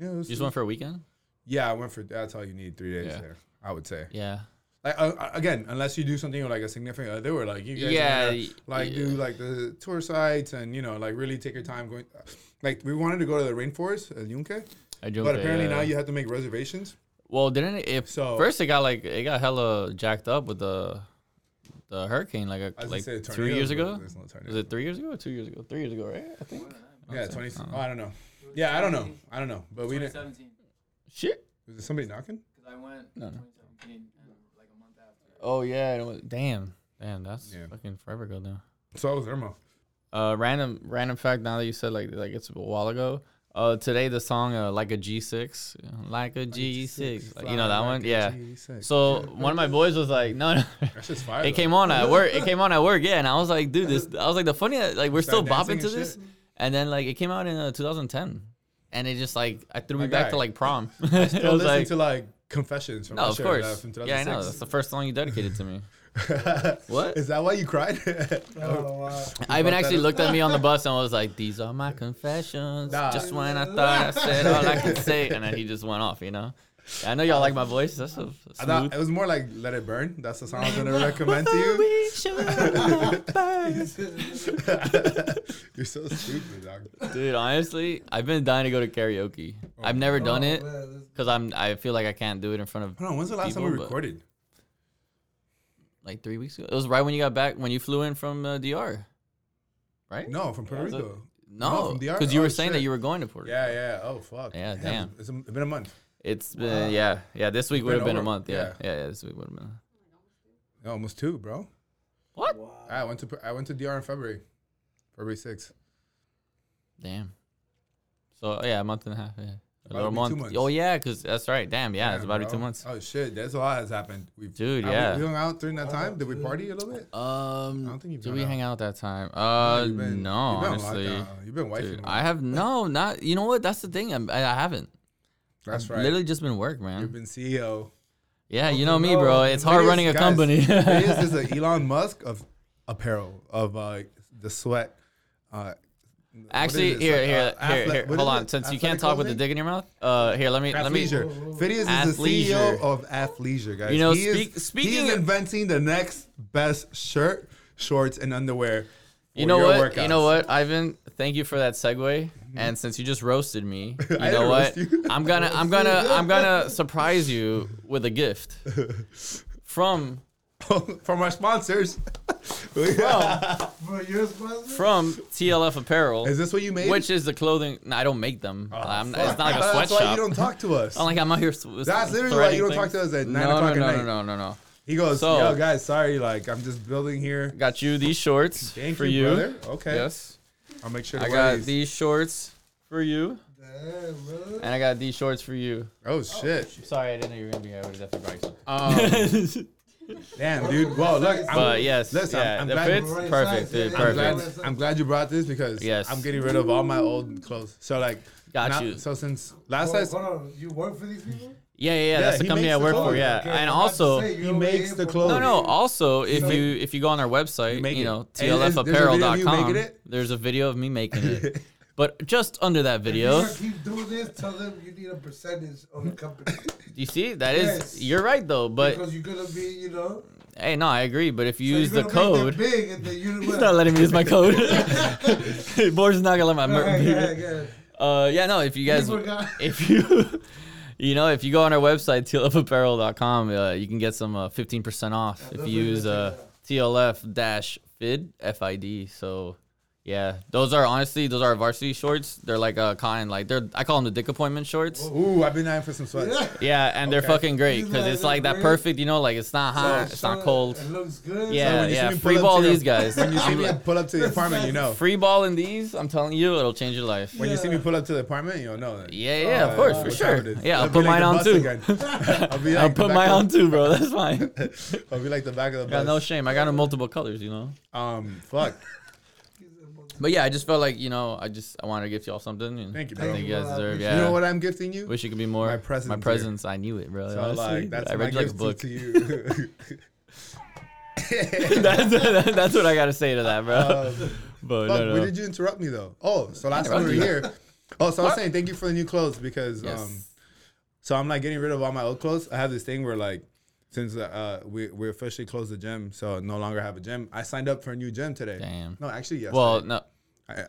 C: yeah, it was,
B: You just went for a weekend?
C: yeah, I went for that's all you need three days
B: Yeah.
C: there. I would say,
B: Yeah.
C: like uh, uh, again, unless you do something with like a significant other, or like you guys,
B: Yeah,
C: yeah,
B: y-
C: like do
B: yeah.
C: like the tour sites and you know like really take your time going. Like we wanted to go to the rainforest, El Yunque,
B: I uh,
C: but apparently now you have to make reservations.
B: Well, didn't it? if
C: So-
B: first it got like it got hella jacked up with the the hurricane like
C: I
B: a,
C: was
B: like
C: gonna say
B: two years
C: tornadoes, but
B: ago.
C: there's no tornadoes.
B: Was it three years ago? or Two years ago? Three years ago, right? I think.
C: Yeah, twenty.
B: Uh-huh.
C: Oh, I don't know. Yeah, I don't know. I don't know. But we didn't.
D: 2017,
B: Shit.
C: Was there somebody knocking?
D: because I went
B: No, no.
D: 2017 and like a month after.
B: Oh yeah. it was- damn. Damn. That's
C: Yeah.
B: fucking forever ago now.
C: So it was Irma.
B: Uh, random random fact. Now that you said like like it's a while ago. Uh, today the song uh, like a G6, like a G6, E like, you know that one, yeah. So one of my boys was like, no, no.
C: That's just fire.
B: It
C: though.
B: came on at work. It came on at work. Yeah, and I was like, dude, this. I was like, the funny, like we're still
C: Start
B: bopping
C: dancing
B: to
C: and
B: this,
C: shit.
B: and then like it came out in uh, 2010, and it just like I threw me
C: My
B: back
C: guy.
B: to like prom.
C: Still
B: I was
C: listening
B: like,
C: to like confessions from
B: no,
C: that
B: of
C: shit, uh,
B: course,
C: from
B: yeah, I know. That's the first song you dedicated to me.
C: 2006.
B: What?
C: Is that why you cried?
A: Oh, wow.
B: Ivan
C: that
B: actually
C: up.
B: looked at me on the bus and was like, "These are my confessions."
C: Nah.
B: Just when I thought I said all I could say, and then he just went off. You know, I know y'all like my voice. That's a
C: I thought
B: smooth.
C: it was more like "Let It Burn." That's the song I was gonna recommend to you.
B: We shall burn.
C: You're so stupid, dog.
B: Dude, honestly, I've been dying to go to karaoke. I've never done
A: Oh,
B: it
A: man, this-
B: because I'm. I feel like I can't do it in front
C: Hold
B: of
C: on. When's the last time we
B: People, but-
C: recorded?
B: like three weeks ago. It was right when you got back when you flew in from uh, DR, right?
C: No, from Puerto
B: Yeah, so-
C: Rico. no,
B: no,
C: from DR?
B: because you
C: Oh,
B: were saying that
C: shit.
B: you were going to Puerto. Rico.
C: Yeah, yeah. Oh fuck.
B: Yeah, damn.
C: It's, a, it's been a month.
B: It's been yeah, yeah. This week would have been
C: been
B: a
C: over-
B: month. Yeah,
C: yeah.
B: yeah, yeah. this week would have been.
C: Almost two, bro.
B: What?
C: I went to I went to DR in February, February 6th.
B: Damn. So yeah, a month and a half. Yeah.
C: About
B: A little
C: to be two
B: month.
C: months.
B: Oh yeah, because that's right. Damn. Yeah, it's
C: Damn,
B: about to be
C: bro.
B: two months.
C: Oh shit, that's a lot has happened. We've,
B: Dude,
C: have we-
B: yeah.
C: We hung out during that
A: Wow,
C: time. Did we
A: dude.
C: party a little bit?
B: Um,
C: I don't think you've
B: did
C: gone
B: we
C: out.
B: hang out that time? Uh,
C: You've
B: no,
C: been- you've been on
B: honestly.
C: lockdown. you've been wifing.
B: Dude,
C: a lot.
B: I have no, not you know what? That's the thing. I'm, I I haven't.
C: that's
B: I've
C: right.
B: Literally just been work, man.
C: You've been E CEO.
B: yeah, you know me,
A: no,
B: bro. It's hard
C: Vegas-
B: running a
C: guys,
B: company.
C: Vegas is the Elon Musk of apparel of uh, the sweat. Uh, what
B: Actually,
C: is it?
B: here,
C: Like,
B: here,
C: uh,
B: here,
C: athle-
B: here.
C: what
B: Hold
C: is
B: on.
C: it?
B: Since you
C: Athletic
B: can't talk with the
C: clothing?
B: dick in your mouth, uh, here, let me, let me.
C: Athleisure. Phineas is the
B: Athleisure.
C: CEO of Athleisure, guys.
B: You know,
C: he
B: speak-
C: is,
B: speaking
C: he
B: of-
C: is inventing the next best shirt, shorts, and underwear. for
B: You know
C: your
B: what? You
C: workouts. Mm-hmm.
B: know what, Ivan? Thank you for that segue. And since you just roasted me, you
C: I
B: know
C: didn't
B: what?
C: roast you.
B: I'm gonna, I'm gonna, I'm gonna surprise you with a gift from,
C: From our sponsors.
A: Bro, you're sponsored?
B: from TLF Apparel.
C: is this what you made? Oh,
B: Which is the clothing? No, I don't make them. I'm, it's not like a
C: That's
B: sweatshop.
C: why you don't talk to us.
B: I'm like I'm out here.
C: That's literally why you don't talk to us at 9
B: no,
C: o'clock at
B: no, no,
C: night.
B: No, no, no, no.
C: he goes,
B: So-
C: yo, guys, sorry, like I'm just building here.
B: Got you these shorts
C: Thank
B: for
C: you,
B: you.
C: brother. Okay.
B: Yes,
C: I'll make sure to
B: I
C: wear
B: got these shorts for you,
A: Damn, brother.
B: and I got these shorts for you.
C: Oh shit.
B: Sorry, I didn't know you were gonna be here. I would definitely brought you something.
C: Um, damn, dude. Whoa, look. I'm,
B: But yes,
C: listen, I'm-
B: yeah,
C: I'm
B: the
C: glad-
B: fits
A: Right
B: perfect,
A: size,
B: dude,
A: yeah, yeah.
C: I'm
B: perfect.
C: glad, I'm glad you brought this because
B: Yes.
C: I'm getting rid of all my old clothes. So like,
B: Got
C: now-
B: you.
C: So since last
A: Hold-
C: time,
A: hold on, you work for these people?
B: Yeah, yeah, yeah, That's the
C: he
B: company
C: makes
B: I
C: the
B: work for.
C: clothes.
B: Yeah,
A: Okay, I'm
B: Uh, and
A: about to
B: also.
A: say, you
C: He
A: don't
C: makes
A: get
C: the
A: it for
C: clothes.
B: No,
A: free.
B: no. Also, if
A: make-
B: you if you go on our website,
C: You make
B: you,
C: it.
B: know
C: And there's- there's a video of you making
B: tlfapparel.com,
C: it?
B: there's a video of me making it. But just under that
A: You're
B: video,
A: gonna keep doing this. Tell them you need a percentage of the company
B: You see, that is-
A: Yes.
B: you're right though. But
A: because you're gonna be, you know.
B: hey, no, I agree. But if you
A: so
B: use
A: you're
B: the
A: gonna make them
B: code,
A: Big and then you're
B: he's not letting me use my code. hey, Boris is not gonna let my.
A: Go
B: mer-
A: ahead, go ahead, go ahead.
B: uh, yeah, no. If you guys,
A: You forgot.
B: if you, you know, if you go on our website tlfapparel.com, uh, you can get some fifteen percent off if uh,
A: definitely
B: you use
A: gonna
B: uh,
A: check
B: tlf dash fid fid. So Yeah, those are honestly those are varsity shorts. They're like a kind like they're I call them the dick appointment shorts.
C: Ooh, I've been eyeing for some sweats.
A: Yeah.
B: Yeah, and they're
C: Oh. Okay.
B: fucking great
A: These
B: because
A: guys
B: it's
A: are
B: like that
A: great.
B: perfect, you know, like it's not hot,
A: So-
B: it's not
A: so
B: cold.
A: It looks good.
B: Yeah,
C: uh, when you see
B: yeah,
C: me pull
B: free
C: up to
B: ball
C: your-
B: these guys.
C: When you see
B: I'm
C: me
B: like,
C: pull up to the apartment, you know.
B: free ball in these, I'm telling you, it'll change your life.
C: When you see
A: Yeah.
C: me pull up to the apartment, you'll know. that.
B: Yeah, yeah, of
C: Uh,
B: course,
C: what
B: for
C: time
B: sure.
C: it is.
B: Yeah, I'll
C: I'll be
B: put
C: like
B: mine
C: the
B: on
C: bus
B: too.
C: again. I'll be
B: I'll
C: like the
B: put
C: back
B: mine
C: of-
B: on too, bro. That's fine.
C: I'll be like the back of the
B: Got no
C: bus.
B: shame. I got them multiple colors, you know.
C: Um, fuck.
B: But yeah, I just felt like you know, I just I wanted to give y'all something. And
C: Thank you,
B: I
C: bro.
B: think you guys
A: Thank you, bro. I
B: deserve.
A: appreciate
B: Yeah.
C: You know what I'm gifting you?
B: Wish it could be more.
C: My
B: My
C: presence
B: presence.
C: here.
B: I knew it, bro.
C: so
B: honestly.
C: like that's
B: I
C: my
B: read you like a
C: gift to-
B: book.
C: to you.
B: that's, that's what I gotta say to that, bro.
C: Um,
B: but
C: Fuck,
B: no, no.
C: where did you interrupt me though? Oh, so last time we were
B: Interrupted
C: here. Oh, so I was saying thank you for the new clothes because
B: Yes.
C: um, so I'm like getting rid of all my old clothes. I have this thing where like since uh we we officially closed the gym, so no longer have a gym. I signed up for a new gym today.
B: Damn.
C: No, actually yes.
B: well, no.
C: I, I,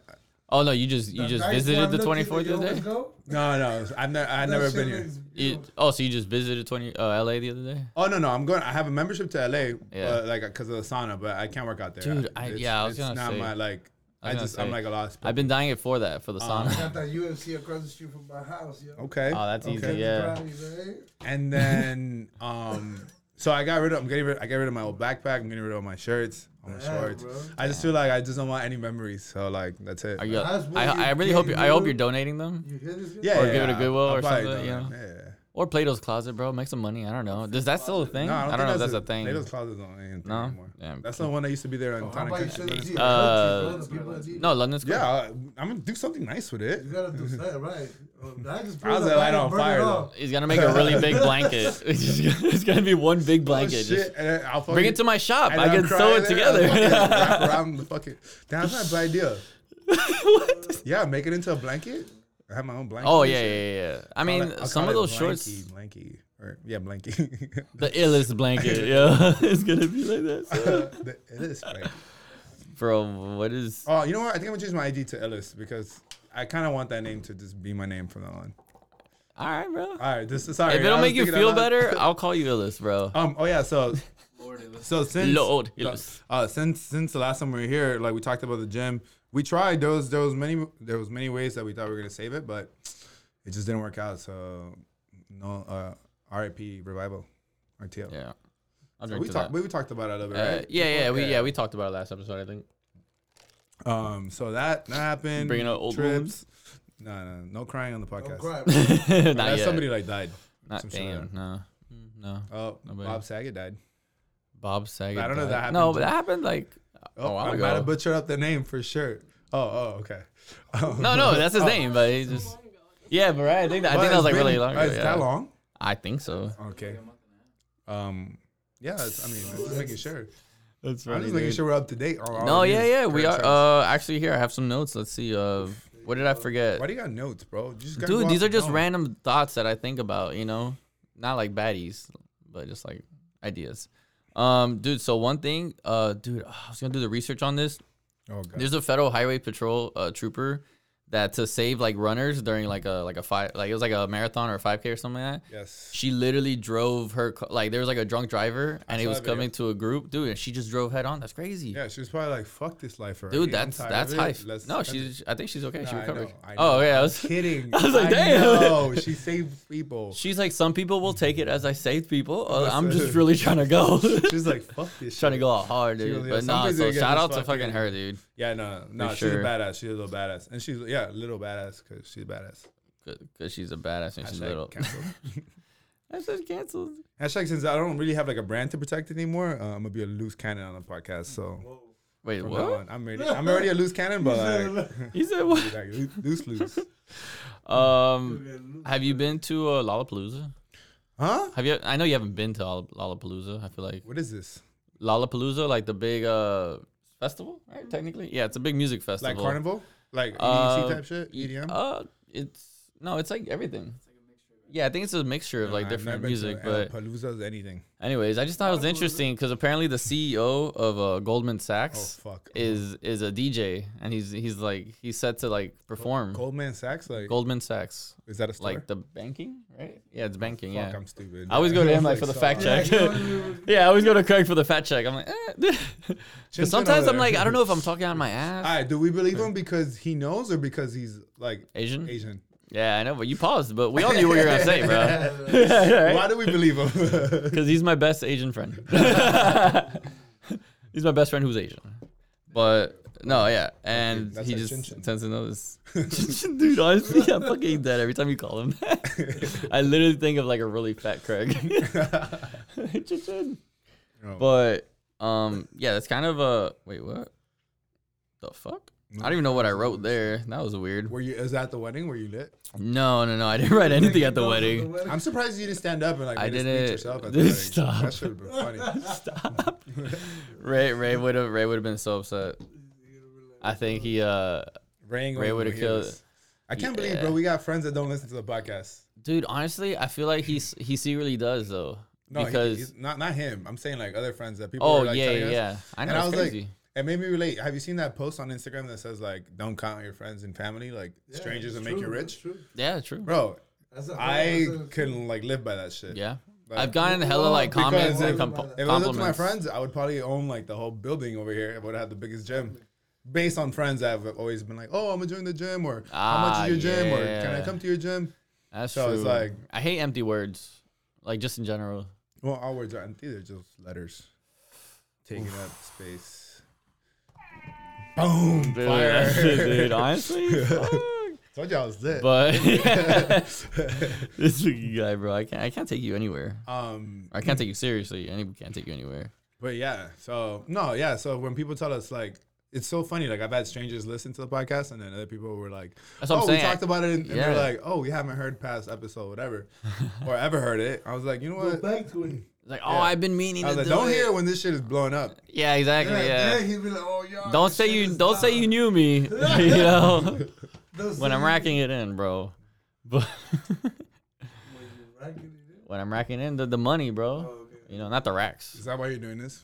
B: Oh no, you just you
A: The
B: just
A: nice
B: visited
A: one
B: the
A: look,
B: twenty
A: you
B: fourth the
A: always
B: other day.
A: go,
C: no, no, I've never I've
A: that
C: never
A: shit
C: been here.
A: looks
B: You,
A: beautiful.
B: oh, so you just visited twenty uh, LA the other day,
C: Oh no, no, I'm going. I have a membership to LA,
B: Yeah.
C: but, like because of the sauna, but I can't work out there.
B: Dude, I- yeah, I was
C: it's
B: gonna
C: not
B: say.
C: my like.
B: I
C: I,
B: was gonna
C: just I'm
B: say.
C: like a lost.
B: I've been dying it for that for the
C: Um,
B: sauna.
A: Got that UFC across the street from my house. Yo.
C: okay.
B: Oh, that's easy,
C: okay.
B: yeah.
A: Probably, right?
C: And then um so I got rid of I'm getting rid I got rid of my old backpack, I'm getting rid of all my shirts, all my
A: Yeah,
C: shorts.
A: bro.
C: I just feel like I just don't want any memories. So like that's it.
B: Are you,
A: That's what
B: I,
A: you
B: I really hope
A: can
B: you, I hope
A: do.
B: you're donating them
A: You hear this? yo?
C: yeah,
B: or
C: yeah,
B: give it a
C: yeah,
B: Goodwill
C: I'll
B: or
C: probably
B: something,
C: do
B: you know?
C: that. Yeah, yeah, yeah.
B: or Plato's Closet, bro. Make some money. I don't know. Does that still a thing?
C: No,
B: I don't, know if
C: think
B: that's a thing.
C: Plato's closet don't anything
B: No?
C: anymore.
B: Damn.
C: That's the one that used to be there on
A: How
C: Tonic
A: about you
C: Kitchen.
A: send it to your
B: Uh,
A: country, bro, the people that need it?
B: No, London's cool.
C: Yeah, I- I'm gonna do something nice with it.
A: You gotta do something, right? Um, I just
C: How's that light on fire, though?
B: He's gonna make a really big blanket. it's gonna be one big blanket.
C: Oh,
B: Just
C: shit. and I'll fucking,
B: Bring it to my shop.
C: and
B: I
C: I'll
B: can
C: cry
B: sew it
C: there.
B: together.
C: I'll fucking wrap around the fucking. Damn, that's my idea.
B: What?
C: Yeah, make it into a blanket. I have my own blanket.
B: Oh
C: and
B: yeah,
C: shit.
B: yeah, yeah. I
C: I'll
B: mean,
C: call it- I'll
B: some
C: call
B: of
C: it
B: those shorts,
C: Blanky, blanky, or yeah, blanky.
B: the illest blanket. Yeah, it's gonna be like that. so.
C: The- it is blanky.
B: Bro, what is?
C: Oh, you know what? I think I'm gonna change my ID to Ellis because I kind of want that name to just be my name from now on.
B: All right, bro.
C: All right, this is sorry.
B: if
C: I
B: it'll
C: was
B: make you
C: thinking
B: feel
C: out loud.
B: better, I'll call you illest, bro.
C: Um. Oh yeah. So
D: Lord, it was
C: so since
B: Lord, illest.
C: uh since since the last time we were here, like we talked about the gym, we tried. There was there was many there was many ways that we thought we were gonna save it, but it just didn't work out. So no. Uh. R.I.P. Revival. RTL.
B: Yeah, I'll
C: So
B: drink
C: we
B: to
C: talked.
B: that.
C: We talked about it a little bit,
B: Uh,
C: right?
B: yeah, yeah, we
C: Okay.
B: yeah we talked about it last episode. I think.
C: Um, so that that happened.
B: Bringing up old
C: trips. No, no, no crying on the
A: Don't
C: podcast.
A: cry, bro.
B: Not
C: Unless
B: yet.
C: somebody like died.
B: Not
C: some shit like
B: damn.
C: that.
B: No, Mm, no.
C: Oh,
B: Nobody.
C: Bob Saget died.
B: Bob Saget.
C: I don't know if
B: died.
C: that
B: No,
C: happened
B: but
C: too.
B: that happened like a
C: Oh,
B: while
C: I might
B: ago.
C: have butchered up the name for sure. Oh, oh, okay.
B: No, no, that's his name, but he just. Yeah, but right, I think that, I
C: Well,
B: think that was
C: Oh. it's
B: like
C: been-
B: really long.
C: oh,
B: Ago,
C: It's
B: yeah.
C: that long?
B: I think so.
C: Okay.
D: a month and a half.
C: Um, yeah. It's, I mean, I'm just making sure.
B: That's
C: I'm just making sure we're up to date. on all
B: No,
C: of
B: yeah,
C: these
B: yeah, we are.
C: franchises.
B: Uh, actually, here I have some notes. Let's see. Uh, what did I forget?
C: Why do you got notes, bro? You just gotta go
B: uh, Dude,
C: off
B: these
C: the
B: are just
C: dome.
B: random thoughts that I think about. You know, not like baddies, but just like ideas. Um, dude. So one thing, uh, dude, I was gonna do the research on this.
C: Oh god.
B: There's a federal highway patrol uh, trooper that to save like runners during like a like a five like it was like a marathon or a five k or something like that.
C: yes.
B: She literally drove her ca- like there was like a drunk driver and he
C: saw
B: was
C: that video.
B: coming to a group, dude, and she just drove head on. That's crazy.
C: Yeah, she was probably like, "Fuck this life already.
B: Dude,
C: I'm
B: that's
C: tired
B: that's
C: of
B: high.
C: it. Let's
B: no,
C: end it."
B: she's. I think she's okay. she
C: Nah, I
B: recovered.
C: know, I
B: Oh
C: know.
B: yeah, I
C: I'm
B: was.
C: kidding.
B: I was like, damn.
C: No, she saved people.
B: She's like, some people will take it as I saved people. Uh, I'm
C: Listen.
B: just really trying to go,
C: She's like, fuck this.
B: trying to
C: shit.
B: go out hard, dude.
C: was- yeah,
B: but
C: some
B: nah,
C: people
B: so
C: get
B: shout
C: this
B: out to
C: fucking-
B: fucking her, dude.
C: Yeah, no, no,
B: For
C: she's
B: sure.
C: a badass. She's a little badass, and she's yeah, little badass because she's a badass.
B: Because she's a badass and she's
C: Hashtag
B: little.
C: canceled.
B: That's just canceled.
C: Hashtag since I don't really have like a brand to protect anymore, uh, I'm gonna be a loose cannon on the podcast. So
A: Whoa.
B: Wait,
C: from now
B: what?
C: on, I'm already, I'm already a loose cannon, but like,
B: He said what?
C: like, loo- loose, loose.
B: Um, have you been to uh, Lollapalooza?
C: Huh?
B: Have you? I know you haven't been to Loll- Lollapalooza. I feel like
C: What is this?
B: Lollapalooza, like the big uh festival, right? Technically, yeah, it's a big music festival.
C: Like carnival? Like EDC
B: Uh,
C: type shit?
B: E-
C: EDM?
B: Uh, it's no, it's like everything.
D: It's like a mixture of everything.
B: Yeah, I think it's a mixture of like
C: I've
B: different
C: never been to
B: music. But
C: Palooza's anything. Oh,
B: anyways, I just thought it was interesting because apparently the CEO of uh, Goldman Sachs
C: Oh, fuck.
B: is is a DJ and he's he's like he's set to like perform
C: Goldman Sachs, like
B: Goldman Sachs
C: is that a store?
B: like the banking right? Yeah, it's banking.
C: fuck,
B: yeah,
C: I'm stupid.
B: I always go to him like for the fact
A: Yeah,
B: check.
A: you know, we were-
B: yeah, I always go to Craig for the fact check. I'm like, eh. 'Cause
C: Chin-chin
B: sometimes
C: over
B: I'm
C: there.
B: like, I don't know if I'm talking on my
C: All
B: ass.
C: right, do we believe him because he knows or because he's like
B: Asian?
C: Asian?
B: Yeah, I know, but you paused, but we all knew what you were gonna say, bro.
C: Why do we believe him?
B: Because he's my best Asian friend. he's my best friend who's Asian. But no, yeah, and
C: that's
B: he
C: like
B: just
C: chin-chin.
B: tends to know this. Chin-chin, Dude, honestly, I fucking hate that every time you call him that. I literally think of like a really fat Craig. Chin-chin.
C: No.
B: But um, yeah, that's kind of a wait. What the fuck? I don't even know what I wrote there. That was weird.
C: were you? Is that the wedding? Were you lit?
B: No, no, no. I didn't write anything at the
A: Those are
B: wedding.
C: I'm surprised you didn't stand up and like
B: I
C: made a speech
B: didn't-
C: yourself at the wedding.
B: Stop.
C: That should have been funny.
B: Stop. Ray Ray would have Ray would have been so upset. I think he uh
C: Rain
B: Ray would've killed it.
C: I can't
B: Yeah.
C: believe, bro. We got friends that don't listen to the podcast.
B: dude, honestly, I feel like he's he secretly does though.
C: No, he-
B: because
C: he's not not him. I'm saying like other friends that people.
B: Oh
C: were, like,
B: yeah,
C: telling
B: yeah,
C: us.
B: yeah. I know
C: and I
B: it's
C: was
B: crazy.
C: like, it made me relate. Have you seen that post on Instagram that says like, "Don't count your friends and family, like
A: Yeah,
C: strangers
A: it's
C: will make you
A: true,
C: rich."
A: it's true.
B: yeah, true.
C: Bro,
A: That's a-
C: I
A: that's a-
C: can like live by that shit.
B: Yeah.
C: Like,
B: I've gotten hella like
C: because
B: comments and
C: if-
B: comp-
A: if
C: If it was up to my
B: compliments.
C: friends, I would probably own like the whole building over here. I would have the biggest gym. Based on friends that have always been like, "Oh, I'm gonna join the gym," or "How
B: Ah,
C: much is your gym?" or "Can I
B: yeah.
C: come to your gym?"
B: That's
C: So
B: true.
C: it's like-
B: I hate empty words. Like just in general.
C: Well, our words are empty. They're just letters taking up space. Boom!
B: Dude,
C: fire.
B: dude honestly. fuck.
C: Told you I was lit.
B: But this fucking guy, bro, I can't I can't take you anywhere.
C: um,
B: I can't take you seriously. Anybody can't take you anywhere.
C: but yeah. So no, yeah. So when people tell us like. It's so funny. Like I've had strangers listen to the podcast, and then other people were like,
B: That's what I'm
C: "Oh, we
B: saying.
C: talked about it," and, and
B: Yeah.
C: they're like, "Oh, we haven't heard past episode, whatever, or ever heard it." I was like, "You know
A: Go
C: what?"
A: back to it.
B: It's like, oh,
C: Yeah.
B: I've been meaning
C: I was
B: to
C: like,
B: do
C: "Don't
B: it.
C: hear it when this shit is blowing up."
B: Yeah, exactly.
A: Yeah,
B: Yeah.
A: yeah, he'd be like, "Oh, y'all,
B: Don't
A: this
B: say
A: shit
B: you
A: is
B: don't say
A: wild."
B: you knew me. you know,
A: Don't say
B: when I'm
A: you-
B: racking it in, bro. But
A: when you're racking it in.
B: when I'm racking in the, the money, bro.
A: Oh, okay.
B: You know, not the racks.
C: Is that why you're doing this?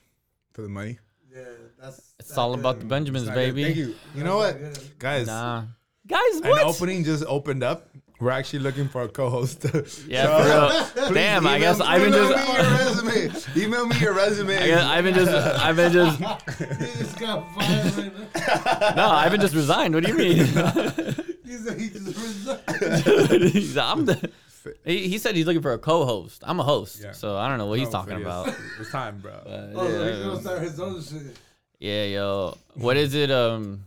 C: For the money?
A: Yeah, that's.
B: It's all about the Benjamins,
C: Not good.
B: baby.
C: Thank you. You know what, guys?
B: Nah, guys,
C: An
B: what?
C: opening just opened up. We're actually looking for a co-host.
B: Yeah, for real. Damn, I guess I've been just.
C: just me your resume. Email me your resume.
B: I guess I've been just, I've been just, no,
A: He's got fired right now.
B: I've been just resigned. What do you mean?
A: He's like, he just resigned.
B: He's- I'm the, he, he said he's looking for a co-host. I'm a host,
C: Yeah.
B: so I don't know what he's
C: Oh,
B: talking
C: videos.
B: about.
C: It's time, bro.
B: But,
A: Oh, so he's
B: yeah.
A: gonna start his own shit.
B: Yeah, yo. What is it? Um.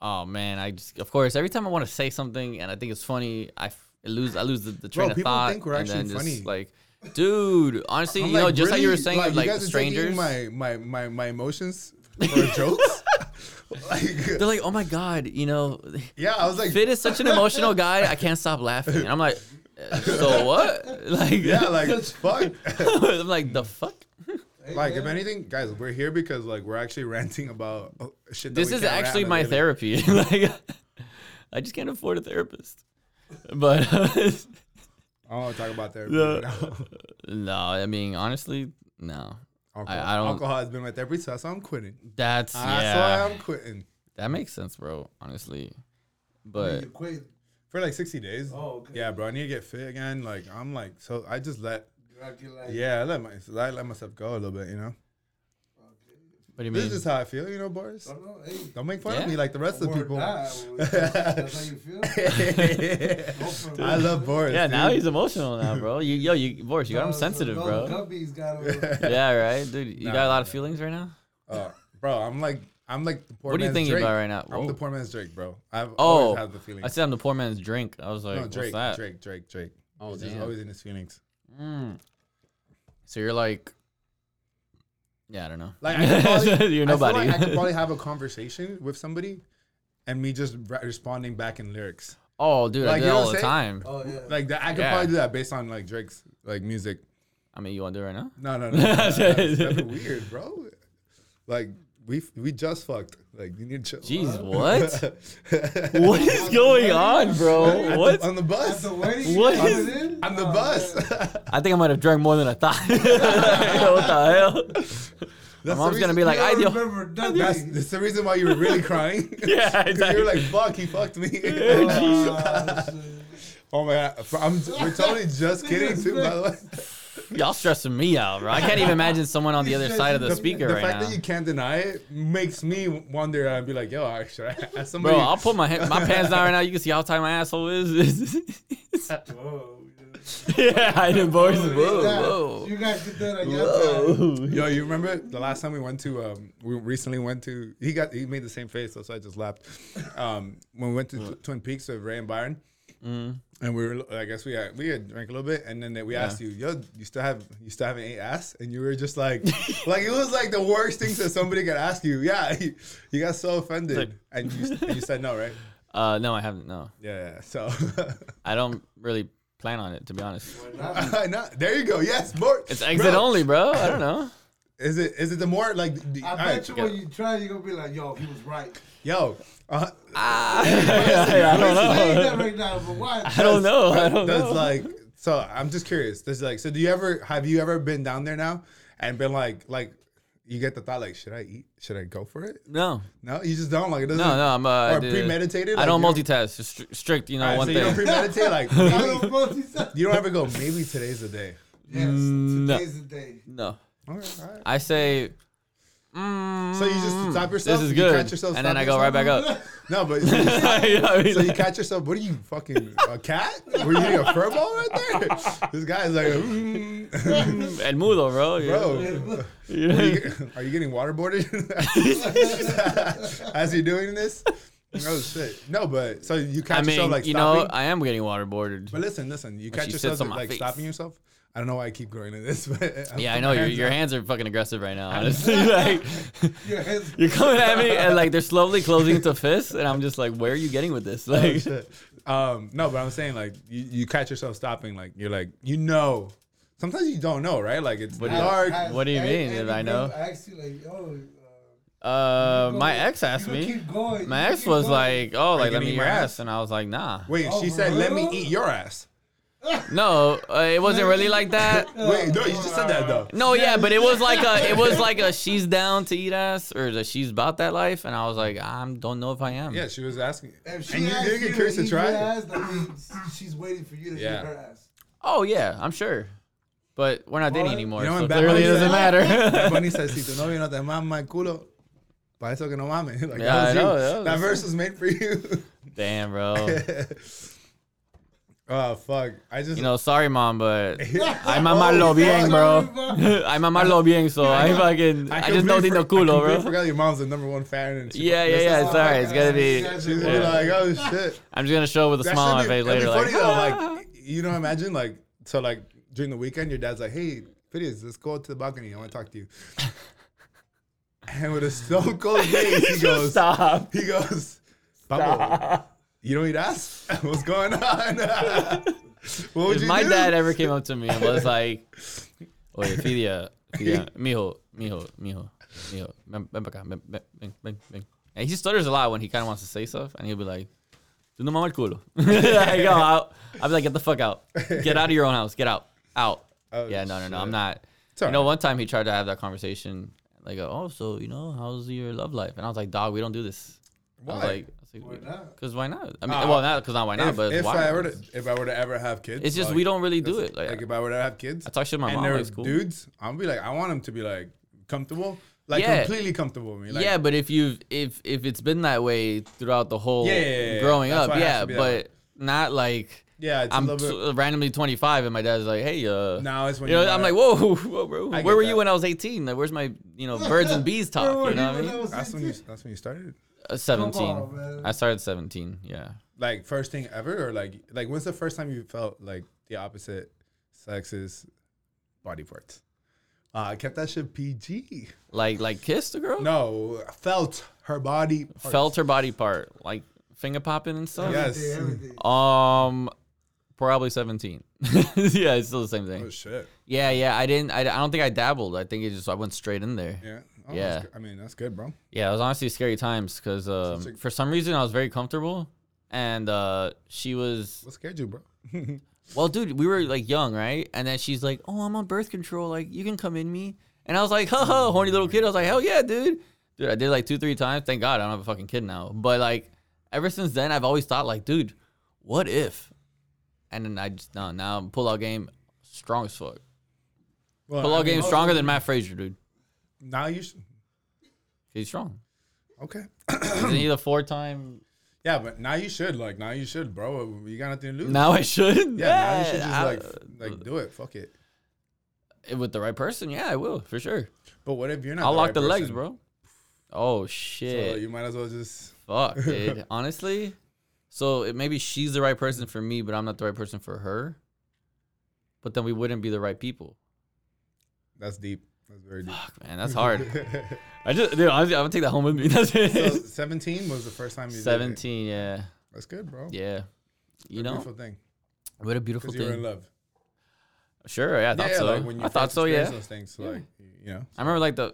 B: Oh man, I just of course every time I want to say something and I think it's funny, I, f- I lose I lose the, the train of
C: people
B: thought.
C: think we're
B: and
C: actually
B: then just,
C: funny.
B: Like, dude, honestly, you know, just like you were
C: really?
B: saying, like,
C: you
B: like
C: guys are taking
B: strangers.
C: My, my my my emotions for jokes. like,
B: They're like, oh my god, you know,
C: yeah, I was like,
B: Fit is such an emotional guy. I can't stop laughing. And I'm like, "Uh, so what? Like,
C: yeah, like fuck.
B: I'm like the fuck.
A: Hey,
C: like if
A: man.
C: anything, guys, we're here because like we're actually ranting about oh, shit. that
B: This
C: we
B: is
C: can't rant
B: actually
C: on
B: my
C: daily.
B: therapy. like, I just can't afford a therapist. But
C: I don't want to talk about therapy.
B: The-
C: right now.
B: no, I mean honestly, no.
C: Alcohol.
B: I don't-
C: alcohol has been my therapy, so that's why I'm quitting.
B: That's yeah.
C: That's why I'm quitting
B: That makes sense, bro. Honestly,
A: Hey,
B: but
A: you quit.
C: for like 60 days.
A: Oh, okay.
C: Yeah, bro, I need to get fit again. Like I'm like, so I just let,
A: Rock your life.
C: yeah, I let my, I let myself go a little bit, you know.
B: what do you
C: This
B: mean?
C: is just how I feel, you know, Boris.
A: Don't know, hey,
C: Don't make fun
B: Yeah.
C: of me like the rest of
A: or
C: the people.
A: not, That's how you feel. Go for it.
C: I love Boris.
B: Yeah, now
C: dude.
B: he's emotional now, bro. You yo, you Boris, you got him
A: Uh, so
B: sensitive,
A: those
B: bro.
A: Guppies got him.
B: Yeah, right, dude. You
C: Nah,
B: got a lot of
C: nah.
B: feelings right now.
C: Uh, bro, I'm like, I'm like the poor
B: What are you
C: man's
B: thinking
C: Drake.
B: about right now?
C: I'm
B: Whoa.
C: the poor man's Drake, bro. I've
B: Oh,
C: always had the feeling.
B: I said I'm the poor man's drink. I was like,
C: no,
B: what's
C: Drake,
B: that?
C: Drake, Drake, Drake. Oh, he's
B: damn.
C: always in his feelings.
B: Mm. So you're like, yeah, I don't know.
C: Like I could probably,
B: you're
C: I feel like
B: nobody.
C: I, could probably have a conversation with somebody, and me just re- responding back in lyrics.
B: oh, dude,
C: Like,
B: I do
C: you
B: that
C: know
B: all
C: what
B: the
C: I'm
B: time.
A: Oh yeah.
C: Like that, I could
B: Yeah.
C: probably do that based on like Drake's like music.
B: I mean, you want to do it right now?
C: No, no, no, no, no, no, no, it's never weird, bro. Like we we just fucked. Like you need to chill.
B: Jeez, what?
C: Oh.
B: what is going on, bro?
C: At
B: What?
C: The, on the
A: At
C: bus.
A: the wedding,
B: What
A: you
B: is-
A: coming in?
C: on the
A: Oh,
C: bus.
A: man.
B: I think I might have drank more than I thought. what the hell? My
C: the
B: mom's gonna
C: reason-
B: be like,
A: I
B: I
A: don't
B: do.
A: remember nothing.
C: That's, that's the reason why you were really crying.
B: Yeah,
C: 'Cause
B: exactly.
C: You were like, "Fuck, he fucked me."
A: Ah, shit.
C: oh my god, I'm, we're totally just kidding too. By the way,
B: Y'all stressing me out, bro. I can't even imagine someone on the other side of the speaker
C: the
B: right
C: fact
B: now.
C: that you can't deny it makes me wonder. I'd be like, "Yo, actually, I- somebody."
B: Bro, I'll put my ha- my pants down right now. You can see how tight my asshole is.
A: Whoa. yeah.
B: yeah, I did, boys.
A: Yeah,
B: Whoa,
A: You guys did that on your time.
B: whoa,
C: Yo, you remember the last time we went to? Um, we recently went to. He got. He made the same face, so I just laughed. Um, when we went to Tw- Twin Peaks with Ray and Byron,
B: Mm.
C: and we were. I guess we had, we had drank a little bit, and then we asked you, "Yo, you still have you still haven't ate ass?" And you were just like, like it was like the worst thing that somebody could ask you. Yeah, you, you got so offended,
B: Like-
C: and you and you said no, right?
B: Uh, no, I haven't. No,
C: Yeah. yeah, So
B: I don't really plan on it to be honest.
C: no, there you go. Yes, more.
B: It's exit
C: Bro,
B: only, bro. I don't know.
C: Is it is it the more like? The,
A: I
C: all
A: bet
C: right,
A: you when you try, you're gonna be like, yo, he was right.
C: yo. Uh,
B: I
A: He's
B: don't
A: saying
B: know.
A: that right now, but why?
B: I don't know. I
C: That-
B: don't
C: that's
B: know.
C: like so i'm just curious there's like so do you ever have you ever been down there now and been like like you get the thought like should i eat should i go for it
B: no,
C: no you just don't like it doesn't
B: no, no. I'm uh, I
C: or
B: do-
C: premeditated
B: I
C: like,
B: don't
C: you
B: multitask. Just stri- strict, you know,
C: Alright,
B: one
C: so you don't
B: thing.
C: premeditate like
A: I don't
C: maybe-
A: know what he said.
C: you don't ever go maybe today's the day
A: Yes,
B: no.
A: today's the day.
B: No,
C: all right, all right.
B: I say.
C: so you just
B: "Mm,
C: stop yourself
B: This is
C: you
B: good,
C: catch yourself
B: and then
C: stop
B: I go right
C: yourself?
B: back up.
C: no but so you-
B: You know what I mean?
C: so you catch yourself what are you fucking a cat were you eating a fur ball right there this guy's like mm,
B: El mudo, bro. you know?
C: bro Are you, are you getting waterboarded as you're doing this? Oh shit! No, but so you catch
B: I mean,
C: yourself like
B: you know, uh,
C: stopping.
B: I am getting waterboarded.
C: but listen, listen, you catch
B: she sits
C: yourself
B: on my
C: like
B: face.
C: stopping yourself. I don't know why I keep going to this, but
B: yeah, I know your your hands are fucking aggressive right now. Honestly, like
A: Your hands.
B: you're coming at me, and like they're slowly closing into fists, and I'm just like, where are you getting with this?
C: Oh,
B: Like, uh,
C: shit. Um, no, but I'm saying like you, you catch yourself stopping. Like you're like you know. Sometimes you don't know, right? Like it's
B: What do you-
C: dark.
A: Has-
B: What do you
A: a-
B: mean, if
A: any
B: I know?
A: girl Asked you like, oh,
B: uh,
A: uh,
B: my ex asked
A: you would
B: me.
A: Keep going. you
B: My
A: would
B: ex
A: keep
B: was
A: going.
B: like, "Oh, like
C: you
B: let
C: gonna
B: me
C: eat
B: eat your
C: my
B: ass?
C: ass?
B: and I was like, "Nah."
C: Wait,
A: Oh,
C: she
A: for
C: said, "Let me
A: real?
C: eat your ass."
B: No, uh, it wasn't really like that.
A: Uh,
C: Wait, no, you just said that though.
B: No, yeah, but it was like a, it was like a, she's down to eat ass, or that she's about that life, and I was like, I don't know if I am.
C: Yeah, she was asking,
A: If
C: and
A: she
C: you
A: asks
C: did
A: you
C: get curious to
A: eat
C: try
A: your
C: it.
A: ass, that means she's waiting for you to
C: Yeah.
A: eat her ass.
B: Oh yeah, I'm sure, but we're not dating anymore,
C: You know,
B: so
C: in Bad
B: clearly it
C: Bunny
B: doesn't
C: said- "Ah,
B: matter.
C: Bad Bunny says, si tu novio no te mama el culo, para eso que no mames. Like,
B: Yeah, I
C: that was
B: know,
C: you.
B: that was-
C: that verse was made for you.
B: Damn, bro.
C: oh, fuck. I just,
B: You know, sorry mom, but I
C: Oh,
B: mamarlo bien,
C: fuck.
B: bro. I mamarlo bien, so I fucking, I just don't
C: completely
B: think no
C: for- I
B: culo,
C: completely
B: bro.
C: forgot your mom's the number one fan. And she-
B: Yeah, yeah,
C: this
B: yeah.
C: is-
B: It's alright. It's gonna be.
C: She's
B: Yeah.
C: gonna be like, oh, shit.
B: I'm just gonna show with a
C: That
B: smile on my
C: should be-
B: face
C: that'd
B: later,
C: be
B: like.
C: funny though, like, you know, imagine, like, so, like, during the weekend, your dad's like, hey, Phineas, let's go out to the balcony. I want to talk to you. And with a stone cold face, he goes,
B: Stop.
C: He goes, Pablo, you don't eat ass? What's going on? what would
B: if
C: you
B: my
C: do?
B: dad ever came up to me and was like, "Oye, Fidia, Fidia, mijo, mijo, mijo, mijo, ven, ven para acá, ven, ven, ven, ven, ven." And he stutters a lot when he kind of wants to say stuff, and he'll be like, "Tú no mamas el culo." I go out. I'll be like, "Get the fuck out! Get out of your own house! Get out! Out!"
C: Oh,
B: yeah, no, no, no. I'm
C: shit.
B: not.
C: It's
B: You know,
C: alright.
B: one time he tried to have that conversation. Like, oh, so you know, how's your love life? And I was like, "Dog, we don't do this." I was
C: Why?
B: like,
A: Why not?
B: Because why not? I mean,
C: Uh,
B: well, not because not why not,
C: if,
B: but
C: if
B: why?
C: I were to, if I were to ever have kids,
B: it's just
C: like,
B: we don't really do
C: that's-
B: it. Like,
C: if I were to have kids,
B: I talk shit to my
C: and
B: mom,
C: they're
B: like, it's cool.
C: dudes, I'll be like, I want them to be like comfortable, like
B: Yeah.
C: completely comfortable with me. Like,
B: yeah, but if you've if if it's been that way throughout the whole
C: Yeah, yeah, yeah, yeah.
B: growing
C: That's
B: up,
C: why it has
B: yeah,
C: to be that way.
B: but not like
C: yeah, it's
B: I'm
C: a little
B: t-
C: bit.
B: randomly 25 and my dad's like, hey, uh,
C: Now it's when
B: you know,
C: you
B: I'm
C: wanna-
B: like, whoa, whoa, whoa bro, where
C: I get
B: were you when
C: that.
B: I was 18? Like, where's my you know birds and bees talk?
A: Where were
B: you know what I
A: when
B: mean?
A: was
C: That's when you.
A: 18?
C: That's when you started.
B: Uh, 17.
A: on, man.
B: I started 17. Yeah.
C: Like first thing ever, or like like when's the first time you felt like the opposite sex's body parts? Uh, I kept that shit PG.
B: Like like kissed a girl,
C: No, felt her body. Parts.
B: felt her body part, like finger popping and stuff.
C: Yeah.
A: Everything,
C: Yes.
A: everything.
B: Um, probably 17. yeah, it's still the same thing.
C: Oh shit.
B: Yeah, yeah. I didn't. I, I don't think I dabbled. I think it just I went straight in there.
C: Yeah. Oh, that's
B: Yeah.
C: good. I mean, that's good, bro.
B: Yeah, it was honestly scary times because um,
C: like-
B: for some reason I was very comfortable, and uh, she was
C: What scared you, bro?
B: well, dude, we were like young, right? And then she's like, "Oh, I'm on birth control. Like, you can come in me." And I was like, "Ha
C: Mm.
B: ha, horny little kid." I was like, "Hell yeah, dude!" Dude, I did like two, three times. Thank God I don't have a fucking kid now. But like, ever since then, I've always thought like, dude, what if? And then I just no, now pull out game strong as fuck.
C: well,
B: Pull
C: I
B: out
C: mean,
B: game stronger than Matt Frazier, dude.
C: Now you should.
B: He's strong.
C: Okay.
B: Isn't he the four time?
C: Yeah, but now you should. Like, now you should, bro. You got nothing to lose.
B: Now I should.
C: yeah, now you should just,
B: I-
C: like, f- like, do it. Fuck it.
B: with the right person, yeah, I will for sure.
C: But what if you're not?
B: I'll lock
C: right
B: the legs,
C: person?
B: bro. Oh
C: So
B: shit!
C: you might as well just.
B: Fuck, dude. Honestly, so it, maybe she's the right person for me, but I'm not the right person for her. But then we wouldn't be the right people.
C: That's deep. That's very deep.
B: Fuck, man, that's hard. I just, dude, I'm, I'm gonna take that home with me. That's
C: so
B: it.
C: 17 was the first time you did it.
B: Seventeen, yeah,
C: That's good, bro.
B: yeah. You know,
C: Beautiful thing.
B: what a beautiful
C: Because you were in
B: thing.
C: love.
B: Sure, yeah, I thought so. I thought
C: first
B: so, yeah.
C: experienced Those things, like, you know.
B: I remember like the,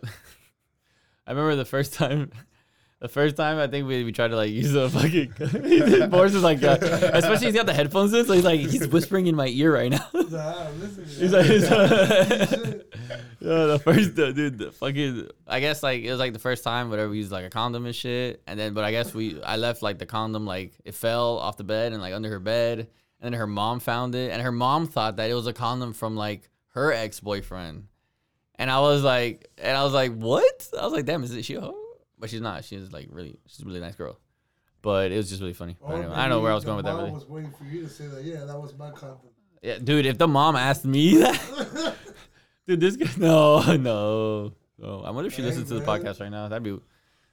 B: I remember the first time, the first time I think we, we tried to like use the fucking. Boris is like, uh, especially he's got the headphones in, so he's like he's whispering in my ear right now.
A: Nah, "Ah, listen.
B: he's like, he's, uh, yeah, the first uh, dude, the fucking. I guess like it was like the first time whatever we used like a condom and shit, and then but I guess we I left like the condom like it fell off the bed and like under her bed, and then her mom found it, and her mom thought that it was a condom from like her ex boyfriend. And I was like, and I was like, what? I was like, damn, is it she a hoe? But she's not. She's like really, she's a really nice girl. But it was just really funny. But anyway, I don't know where I was going with that. Really.
A: was waiting for you to say that. Yeah, that was my condom.
B: Yeah, dude, if the mom asked me that, dude, this guy, no, no, no. I wonder if she
A: Hey,
B: listens to the
A: man.
B: podcast right now. That'd be,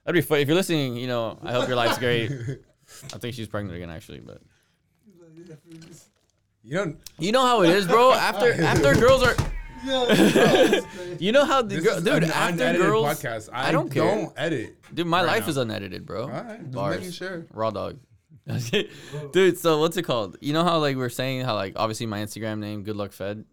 B: that'd be funny. If you're listening, you know, I hope your life's great. I think she's pregnant again, actually, but
C: You don't.
B: you know how it is, bro. After after girls are,
A: Yeah.
B: you know how the
C: This
B: girl,
C: is
B: dude,
C: an
B: after
C: unedited
B: girls,
C: podcast. I,
B: don't
C: don't
B: care.
C: edit.
B: dude, my
C: right
B: life
C: now.
B: is unedited, bro.
C: All right, just
B: Bars.
C: making sure.
B: raw dog. Dude, so what's it called? You know how like we're saying how like obviously my Instagram name, Good Luck Fed.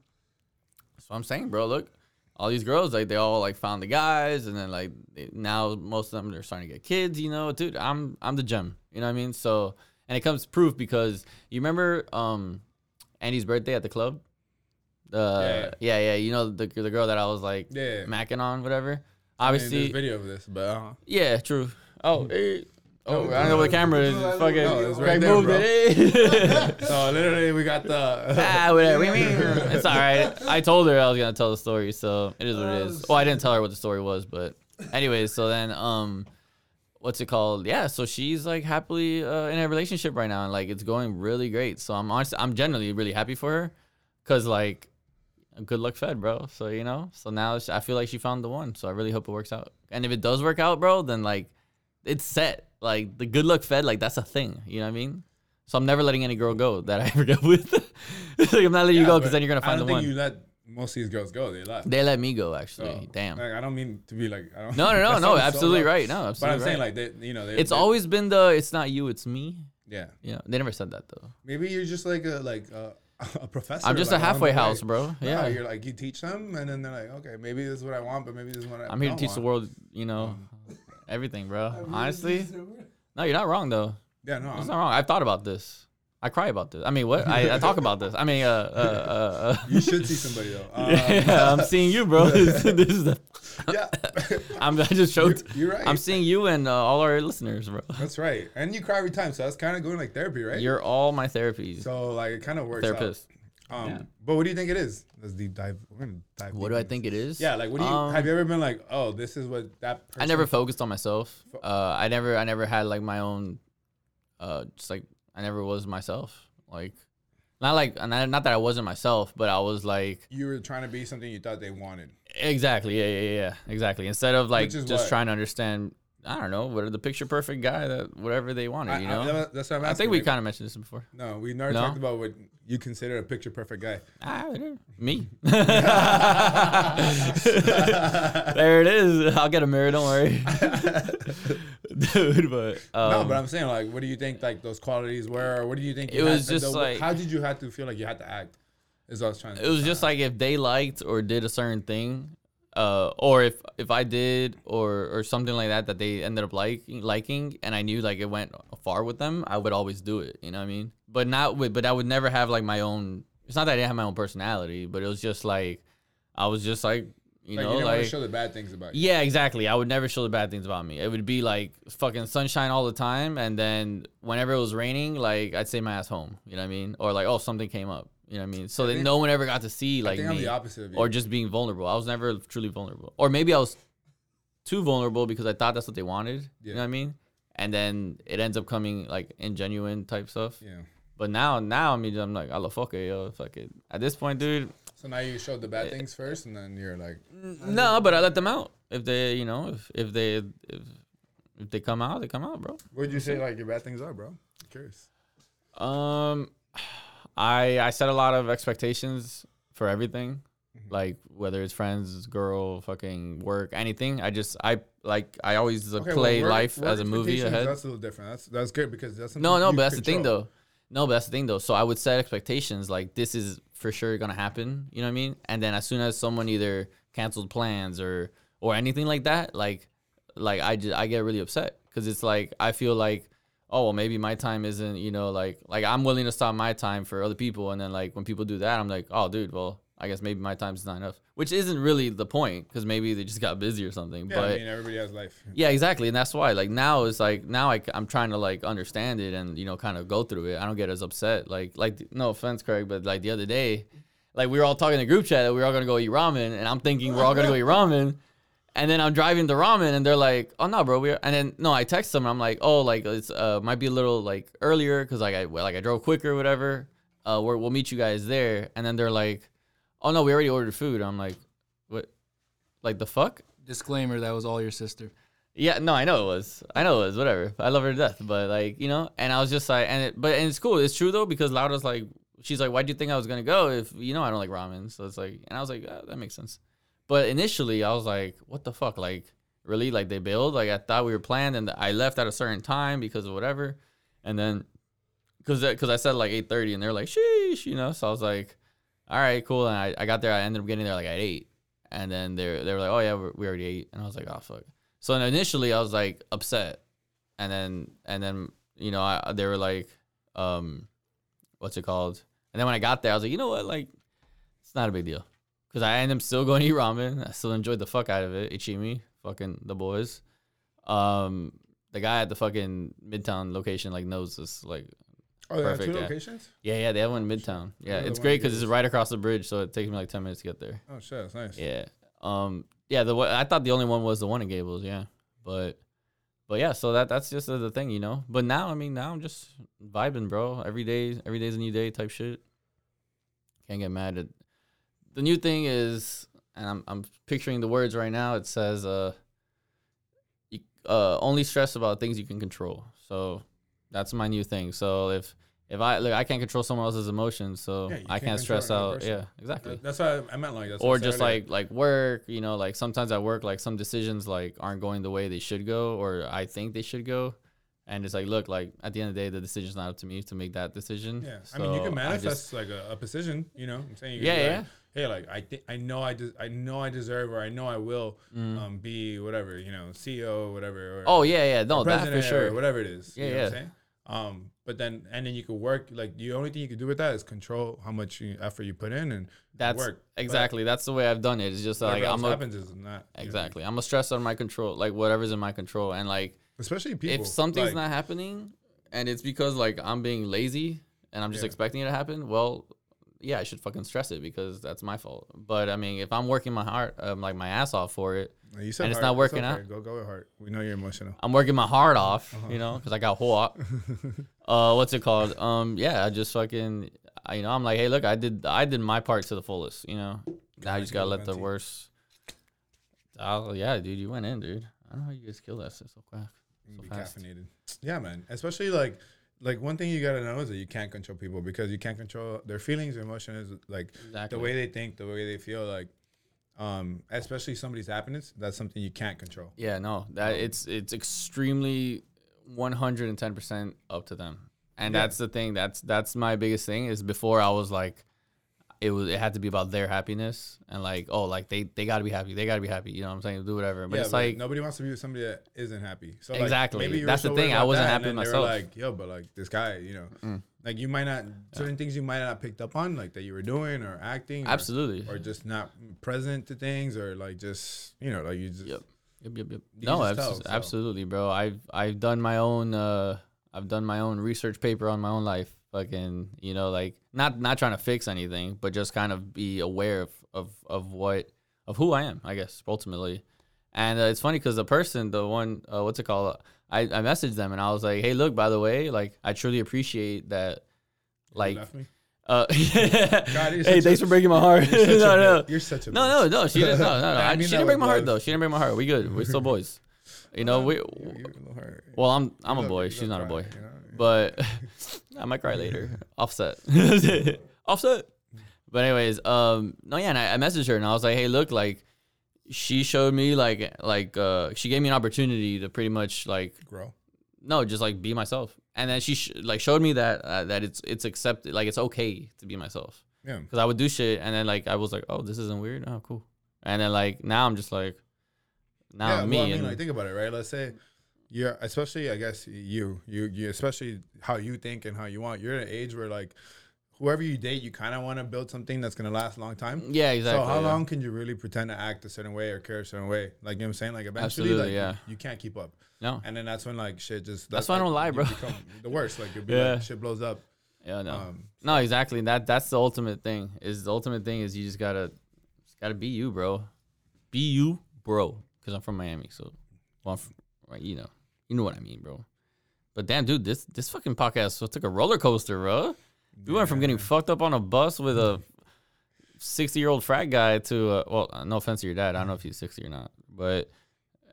B: That's what I'm saying, bro. Look, all these girls like they all like found the guys, and then like they, now most of them they're starting to get kids. You know, dude, I'm I'm the gem. You know what I mean? So and it comes proof because you remember um Andy's birthday at the club. Uh, yeah, yeah, you know the the girl that I was like
C: Yeah.
B: macking on, whatever.
C: I mean,
B: Obviously,
C: there's video of this, but uh,
B: yeah, true. Oh, eh. oh, I don't know where the camera is.
A: Hmm. no,
B: It's
A: no,
B: fucking,
A: no,
C: it's
B: Craig
C: right there,
B: moved
C: bro.
B: it. Eh.
C: so literally we got the.
B: ah, whatever. it's all right. I told her I was gonna tell the story, so it is what it is. Well, I didn't tell her what the story was, but anyways. So then, um, what's it called? Yeah. So she's like happily uh, in a relationship right now, and like it's going really great. So I'm honest. I'm generally really happy for her, cause like, good luck fed, bro. So you know. So now she, I feel like she found the one. So I really hope it works out. And if it does work out, bro, then like, it's set. Like the good luck fed, like that's a thing. You know what I mean? So I'm never letting any girl go that I ever get with. It's like I'm not letting you
C: Yeah,
B: go
C: but
B: because then you're gonna
C: I
B: find
C: don't
B: the
C: think
B: one.
C: you let most of these girls go. They left.
B: they let me go actually.
C: So,
B: Damn.
C: Like, I don't mean to be like. I don't,
B: No, no, no, no.
C: Oh. that sounds so
B: Absolutely
C: rough.
B: right. No,
C: But
B: absolutely
C: I'm saying
B: right.
C: like they, you know, they,
B: it's
C: they-
B: always been the it's not you, it's me.
C: yeah.
B: You know, they never said that though.
C: Maybe you're just like a like a, a professor.
B: I'm just
C: like,
B: a
C: along
B: halfway
C: the way.
B: house, bro.
C: No,
B: Yeah.
C: you're like you teach them, and then they're like, okay, maybe this is what I want, but maybe this is what I.
B: I'm here to
C: don't
B: teach the
C: want.
B: world, you know,
C: Um,
B: everything, bro. Honestly. No, you're not wrong though.
C: Yeah, no,
B: It's
C: I'm,
B: not wrong. I've thought about this. I cry about this. I mean, what? I, I talk about this. I mean, uh, uh, uh,
C: you should see somebody though.
B: uh
C: Uh,
B: yeah, I'm seeing you, bro. this is the,
C: yeah,
B: I'm, I just showed.
C: you're right.
B: I'm seeing you and uh, all our listeners, bro.
C: that's right. And you cry every time, so that's kind of going like therapy, right?
B: You're all my therapies.
C: so like it kind of works.
B: therapist.
C: Out. Um, but what do you think it is? Let's deep dive. We're gonna dive.
B: What
C: deep
B: do I
C: into
B: think it is?
C: this. Yeah, like what do you
B: Um,
C: have you ever been like? Oh, this is what that. Person
B: I never focused on myself. Uh, I never, I never had like my own, uh, just like I never was myself. Like, not like, and I- not that I wasn't myself, but I was like,
C: you were trying to be something you thought they wanted.
B: exactly, yeah, yeah, yeah, yeah, exactly. Instead of like
C: Which is
B: just
C: what?
B: trying to understand, I don't know, what are the picture perfect guy that whatever they wanted,
C: I-
B: you
C: I-
B: know. I,
C: that's what I'm asking.
B: think we
C: like,
B: kind of mentioned this before.
C: No, we never
B: No?
C: talked about what you consider a picture perfect guy.
B: Ah, whatever. me. there it is. I'll get a mirror. Don't worry, dude. But um,
C: no, but I'm saying like, what do you think like those qualities were? Or what do you think?
B: It
C: you had
B: was
C: to-
B: just
C: the-
B: like-
C: how did you have to feel like you had to act? Is what I was trying. to
B: it was just like if they liked or did a certain thing, uh, or if if I did or or something like that that they ended up liking liking and I knew like it went far with them, I would always do it. You know what I mean? But not with but I would never have like my own. It's not that I didn't have my own personality, but it was just like I was just like you
C: Like, you
B: know
C: didn't want
B: like
C: to show the bad things about you.
B: yeah, exactly. I would never show the bad things about me. It would be like fucking sunshine all the time, and then whenever it was raining, like I'd stay my ass home. You know what I mean? Or like, oh, something came up. You know what I mean? So that
C: think-
B: no one ever got to see
C: I
B: like
C: think I'm
B: me,
C: the opposite of you.
B: or just being vulnerable. I was never truly vulnerable, or maybe I was too vulnerable because I thought that's what they wanted. You
C: Yeah.
B: know what I mean? And then it ends up coming like ingenuine type stuff.
C: yeah.
B: But now, now I mean, I'm like, I love fuck it, yo, fuck it. At this point, dude,
C: So now you showed the bad things first, and then you're like,
B: no, but I let them out. If they, you know, if, if they if, if they come out, they come out, bro.
C: "What'd you say? Like your bad things are, bro?" curious.
B: Um, I I set a lot of expectations for everything, like whether it's friends, girl, fucking work, anything. I just I like I always uh
C: Okay, well,
B: play
C: work-
B: life
C: work
B: as a movie
C: expectations,
B: ahead.
C: That's a little different. That's that's good because that's
B: No,
C: something
B: no,
C: you
B: but that's the thing
C: control.
B: though. No, but that's the thing though. So I would set expectations like this is for sure gonna happen. You know what I mean? And then as soon as someone either canceled plans or or anything like that, like like I just I get really upset because it's like I feel like oh well maybe my time isn't you know like like I'm willing to stop my time for other people and then like when people do that I'm like oh dude well I guess maybe my time's not enough which isn't really the point because maybe they just got busy or something
C: Yeah,
B: but
C: I mean everybody has life.
B: yeah, exactly, and that's why. Like now, it's like now I, am trying to like understand it and you know kind of go through it. I don't get as upset. Like like no offense, Craig, but like the other day, like we were all talking in the group chat that we were all gonna go eat ramen, and I'm thinking we're all gonna go eat ramen, and then I'm driving to ramen, and they're like, oh no, bro, we're and then no, I text them, and I'm like, oh like it's uh might be a little like earlier because like I well, like I drove quicker or whatever. Uh, we're, we'll meet you guys there, and then they're like, oh no, we already ordered food. I'm like, what, like the fuck?
D: Disclaimer: That was all your sister.
B: Yeah, no, I know it was. I know it was. Whatever. I love her to death, but like you know, and I was just like, and it, but and it's cool. It's true though because Laura's like, she's like, why do you think I was gonna go if you know I don't like ramen? So it's like, and I was like, "Ah, that makes sense. But initially, I was like, what the fuck? Like, really? Like they bailed? Like I thought we were planned, and I left at a certain time because of whatever, and then because because I said like eight thirty, and they're like, sheesh, you know. So I was like, all right, cool. And I, I got there. I ended up getting there like at eight, and then they they were like, oh yeah, we- we already ate, and I was like, oh fuck. So then initially I was like upset, and then and then you know I, they were like, um, what's it called? And then when I got there, I was like, you know what, like it's not a big deal, because I ended up still going to eat ramen. I still enjoyed the fuck out of it. Ichimi, fucking the boys. Um, the guy at the fucking midtown location like knows this. Like,
C: Oh, they have
B: Perfect,
C: two
B: yeah.
C: locations.
B: yeah, yeah, they have one in midtown. Yeah,
C: Yeah, the
B: it's
C: one
B: great
C: I
B: because
C: did.
B: it's right across the bridge, so it takes me like ten minutes to get there.
C: Oh shit, that's nice.
B: Yeah. Um. Yeah. The one- I thought the only one was the one in Gables. Yeah. But, but yeah. So that that's just the, the thing, you know. But now, I mean, now I'm just vibing, bro. Every day, every day's a new day type shit. Can't get mad at. The new thing is, and I'm I'm picturing the words right now. It says, uh, you, uh, only stress about things you can control. So, that's my new thing. So if if I look, I can't control someone else's emotions, so
C: Yeah, you
B: I
C: can't
B: can't stress
C: control another
B: out.
C: person.
B: Yeah, exactly
C: That- That's why I meant like that's what I
B: or
C: said
B: just
C: earlier.
B: like like work you know like sometimes at work like some decisions like aren't going the way they should go or i think they should go and it's like look like at the end of the day the decision's not up to me to make that decision
C: Yeah, I mean, you
B: So
C: can
B: I
C: manifest
B: just-
C: like a, a position. You know, I'm saying, you
B: Yeah,
C: can be
B: yeah.
C: Like, hey, like I think I know I des- I know I deserve or I know I will um, be whatever you know CEO whatever. Or
B: Mm. oh yeah yeah no that
C: president
B: for
C: or
B: sure
C: whatever it is.
B: Yeah,
C: you know What I'm
B: yeah.
C: saying? Um, but then and then you could work like the only thing you could do with that is control how much you, effort you put in and
B: that's
C: work But
B: exactly that's the way i've done it it's just
C: Whatever
B: like
C: else
B: i'm a,
C: happens is not you know,
B: exactly i'm a stress on my control like whatever's in my control and like
C: especially people.
B: if something's
C: like,
B: not happening and it's because like i'm being lazy and i'm just
C: Yeah.
B: expecting it to happen well yeah i should fucking stress it because that's my fault but i mean if i'm working my heart um, like my ass off for it
C: you said
B: and it's
C: heart,
B: not working
C: okay,
B: out.
C: Go go with heart. We know you're emotional.
B: I'm working my heart off,
C: Uh-huh.
B: you know, because I got hot. uh, what's it called? Um, yeah, I just fucking, I, you know, I'm like, hey, look, I did, I did my part to the fullest, you know. Now I just gotta let the
C: Venti.
B: worst. Oh yeah, dude, you went in, dude. I don't know how you guys killed that shit so quick. So
C: be
B: fast.
C: caffeinated. Yeah, man. Especially like like one thing you gotta know is that you can't control people because you can't control their feelings, their emotions, like
B: Exactly.
C: the way they think, the way they feel. Like, um, especially somebody's happiness. That's something you can't control.
B: Yeah, no, that it's it's extremely 110% up to them. And
C: Yeah.
B: that's the thing. That's that's my biggest thing is before I was like it was it had to be about their happiness and like oh like they they got to be happy they got to be happy you know what I'm saying do whatever but
C: yeah,
B: it's
C: but
B: like
C: nobody wants to be with somebody that isn't happy. So like,
B: Exactly.
C: maybe you were
B: That's the
C: so
B: thing.
C: worried
B: I
C: about
B: wasn't
C: that,
B: happy
C: and
B: with
C: then they were
B: myself. Mm.
C: Like yo, but like this guy, you know, like you might not certain things you might not picked up on, like that you were doing or acting, or-
B: absolutely
C: or, just not present to things, or like just you know, like you just
B: Yep. Yep, yep, yep.
C: You
B: No,
C: can just
B: abso-
C: tell, so.
B: absolutely, bro. I've I've done my own uh I've done my own research paper on my own life. Fucking, you know, like not not trying to fix anything, but just kind of be aware of of of what of who I am, I guess, ultimately. And uh, it's funny because the person, the one, uh, what's it called? I, I messaged them and I was like, hey, look, by the way, like I truly appreciate that.
C: you
B: Like,
C: left me.
B: uh,
C: you're
B: hey,
C: such
B: thanks
C: a-
B: for breaking my heart.
C: You're such
B: no,
C: a
B: no,
C: bitch. You're such a
B: no,
C: bitch.
B: no, no. She didn't. No, no, no.
C: I
B: I
C: mean
B: she didn't
C: that with
B: break my heart
C: love.
B: though. She didn't break my heart. We good. We're still boys. You know, we.
C: You- you little heart.
B: Well, I'm I'm
C: You're
B: a
C: not-
B: boy.
C: you're
B: She's
C: not
B: not a boy,
C: crying, you know?
B: but I might cry later. Offset. Offset. But anyways, um, no, yeah, and I, I messaged her and I was like, hey, look, like, she showed me like like uh she gave me an opportunity to pretty much like
C: grow.
B: no, just like be myself. And then she sh- like showed me that uh, that it's it's accepted, like it's okay to be myself.
C: Yeah.
B: Because I would do shit, and then like I was like, oh, this isn't weird. Oh, cool. And then like now I'm just like, now
C: yeah,
B: I'm me.
C: well, I mean,
B: and,
C: like think about it, right? Let's say you're, especially, I guess you, you, you, especially how you think and how you want. You're at an age where like, whoever you date, you kind of want to build something that's gonna last a long time.
B: yeah, exactly.
C: so how
B: yeah.
C: long can you really pretend to act a certain way or care a certain way? Like you know what I'm saying? Like eventually,
B: Absolutely,
C: like
B: yeah.
C: you, you can't keep up,
B: No.
C: and then that's when like shit just.
B: That's why I don't lie,
C: you
B: bro.
C: become the worst. Like you'll be
B: Yeah.
C: like shit blows up.
B: Yeah, no.
C: Um,
B: no, exactly. That that's the ultimate thing. Is the ultimate thing is you just gotta, just gotta be you, bro. Be you, bro. Because I'm from Miami, so well, I'm from, right, you know, you know what I mean, bro. But damn, dude, this this fucking podcast so took a roller coaster, bro. We went from getting fucked up on a bus with a sixty year old frat guy to uh, well, uh, no offense to your dad, I don't know if he's sixty or not, but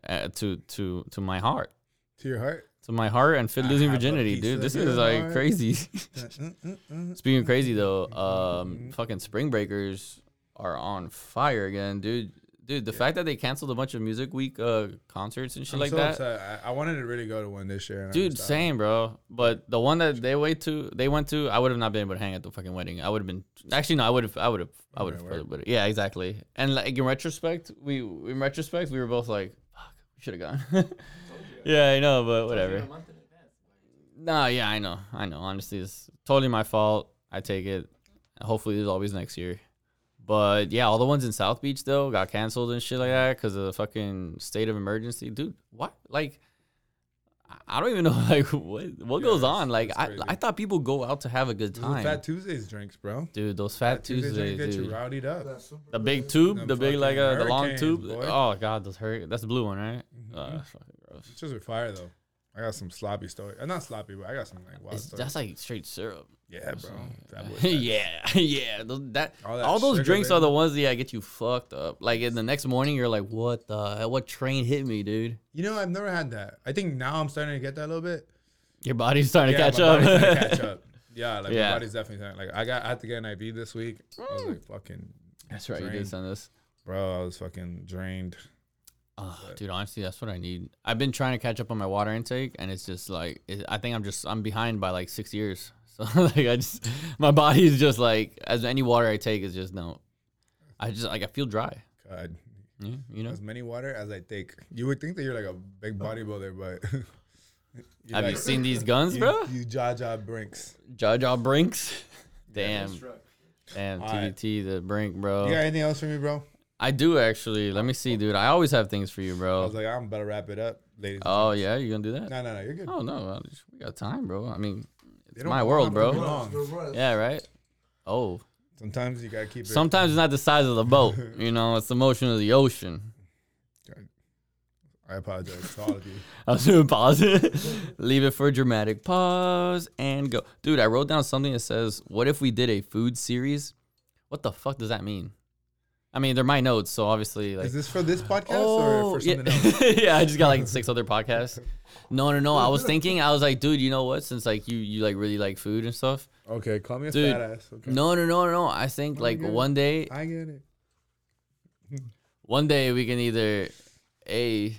B: uh, to to to my heart,
C: To your heart.
B: to my heart, and fit losing
C: have a
B: virginity,
C: piece
B: dude.
C: of
B: This
C: your
B: is like
C: heart.
B: crazy.
C: Mm, mm, mm.
B: Speaking of crazy though, um, fucking Spring Breakers are on fire again, dude. Dude, the fact that they canceled a bunch of Music Week uh, concerts and shit
C: I'm
B: like
C: so
B: that,
C: upset. I, I wanted to really go to one this year. and I uh,
B: dude,
C: missed out.
B: same, bro. But the one that they went to, they went to, I would have not been able to hang at the fucking wedding. I would have been actually no, I would have, I would have, I would
C: Would've been
B: have, yeah, exactly. And like in retrospect, we in retrospect, we were both like, fuck, we should have gone. yeah, I know, but whatever. No, yeah, I know. I know. Honestly, it's totally my fault. I take it. Hopefully, there's always next year. But yeah, all the ones in South Beach though got canceled and shit like that because of the fucking state of emergency, dude. What? Like, I- I don't even know like what what goes
C: that's-
B: on. Like,
C: that's
B: I
C: crazy.
B: I thought people go out to have a good
C: Those are
B: time,
C: Fat Tuesdays drinks, bro.
B: dude. Those Fat
C: Tuesdays
B: Tuesdays,
C: get you
B: dude.
C: routed up.
A: That's super
B: The big
A: good.
B: tube,
C: Them
B: the big like
C: fucking
B: uh, the long
C: hurricanes,
B: tube.
C: boy. Mm-hmm.
B: Oh god, those hurricanes. That's the blue one, right? Oh, that's fucking gross.
C: Those are fire though. I got some sloppy story. Uh, not sloppy, but I got some like wild
B: It's,
C: story.
B: that's like straight syrup.
C: yeah, bro. Fat boy, fat.
B: yeah, yeah. Those, that, all,
C: All that
B: those
C: sugar,
B: drinks are
C: baby.
B: the ones that yeah, get you fucked up. Like in the next morning, you're like, "What the? hell? What train hit me, dude?"
C: You know, I've never had that. I think now I'm starting to get that a little bit.
B: Your body's starting
C: yeah,
B: to catch
C: my body's
B: up.
C: starting to catch up. Yeah, like
B: Yeah. Mm.
C: my body's definitely starting- like I got. I had to get an IV this week. I was like fucking,
B: that's right. You
C: Drain.
B: did send this,
C: bro. I was fucking drained.
B: oh, dude. Honestly, that's what I need. I've been trying to catch up on my water intake, and it's just like it, I think I'm just I'm behind by like six years. So like I just my body's just like as any water I take is just no. I just like I feel dry.
C: God,
B: Yeah, you know.
C: as many water as I take. You would think that you're like a big bodybuilder, but you
B: Oh. Have you
C: like-
B: seen these guns,
C: you,
B: bro?
C: You Jaja Brinks.
B: Jaja Brinks. Damn. Damn,
C: All right.
B: TBT the brink, bro.
C: You got anything else for me, bro?
B: I do actually. Let me see, dude. I always have things for you,
C: I
B: bro.
C: was like, I'm about to wrap it up, ladies. and
B: Oh yeah, you gonna do that?
C: No, no, no, you're good.
B: Oh no, well, we got time, bro. I mean, it's
C: don't
B: my
C: want
B: world,
C: them to
B: bro.
C: be-
A: Runs, the runs.
B: Yeah, right. Oh,
C: Sometimes you gotta keep it.
B: sometimes it's not the size of the boat. You know, it's the motion of the ocean.
C: I apologize to all of you.
B: I was doing pause. Leave it for a dramatic pause and go, dude. I wrote down something that says, "What if we did a food series?" What the fuck does that mean? I mean, they're my notes, so obviously, like,
C: Is this for this podcast
B: Oh,
C: or for
B: yeah.
C: something else?
B: yeah, I just got like six other podcasts. No, no, no. I was thinking, I was like, dude, you know what? Since like you, you like really like food and stuff.
C: Okay, call me a
B: Dude,
C: fat ass. Okay.
B: No, no, no, no. I think like
C: good.
B: one day,
C: I get it.
B: one day we can either a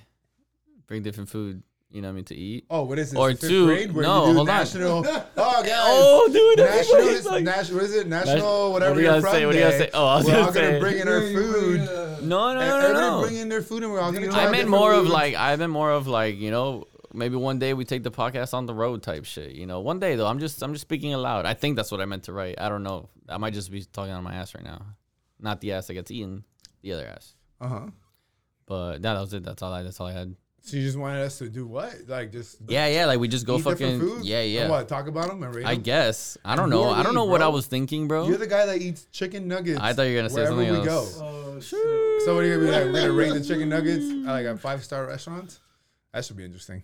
B: bring different food, you You know what I mean? To eat.
C: Oh, what is it?
B: Or
C: fifth
B: two-
C: grade where
B: no,
C: you do
B: hold on.
C: national. Oh, guys.
B: Oh, dude,
C: National,
B: everybody's
C: is,
B: like-
C: national, what is it? National, whatever
B: what do you
C: you're
B: gotta
C: from.
B: say? What do you gotta
C: day.
B: say? Oh, I was
C: we're
B: gonna
C: all gonna
B: say-
C: bring in our
A: Yeah, you
C: food.
A: bring, uh,
B: No, no,
C: And
B: no,
C: everybody
B: no.
C: e bring in their food, and we're all gonna.
A: I
C: try
B: I meant
C: different
B: more of
C: foods.
B: like I meant more of like you know maybe one day we take the podcast on the road type shit. You know, one day though I'm just I'm just speaking aloud. I think that's what I meant to write. I don't know. I might just be talking on my ass right now, not the ass that gets eaten, the other ass.
C: Uh huh.
B: But that was it. That's all I. That's all I had.
C: So you just wanted us to do what? Like just
B: Yeah, yeah. Like we just go
C: eat different
B: fucking.
C: foods?
B: Yeah,
C: And
B: yeah.
C: what? Talk about them and rate
B: I
C: 'em?
B: guess. I don't
C: And who
B: know.
C: are
B: I don't
C: we,
B: know what I
C: bro?
B: was thinking, bro.
C: You're the guy that eats chicken nuggets.
B: I thought you were gonna say
C: wherever
B: something
C: we
B: else.
C: go.
A: Oh, shit.
C: So what are you gonna be like? We're gonna rate the chicken nuggets at like a five star restaurant. That should be interesting.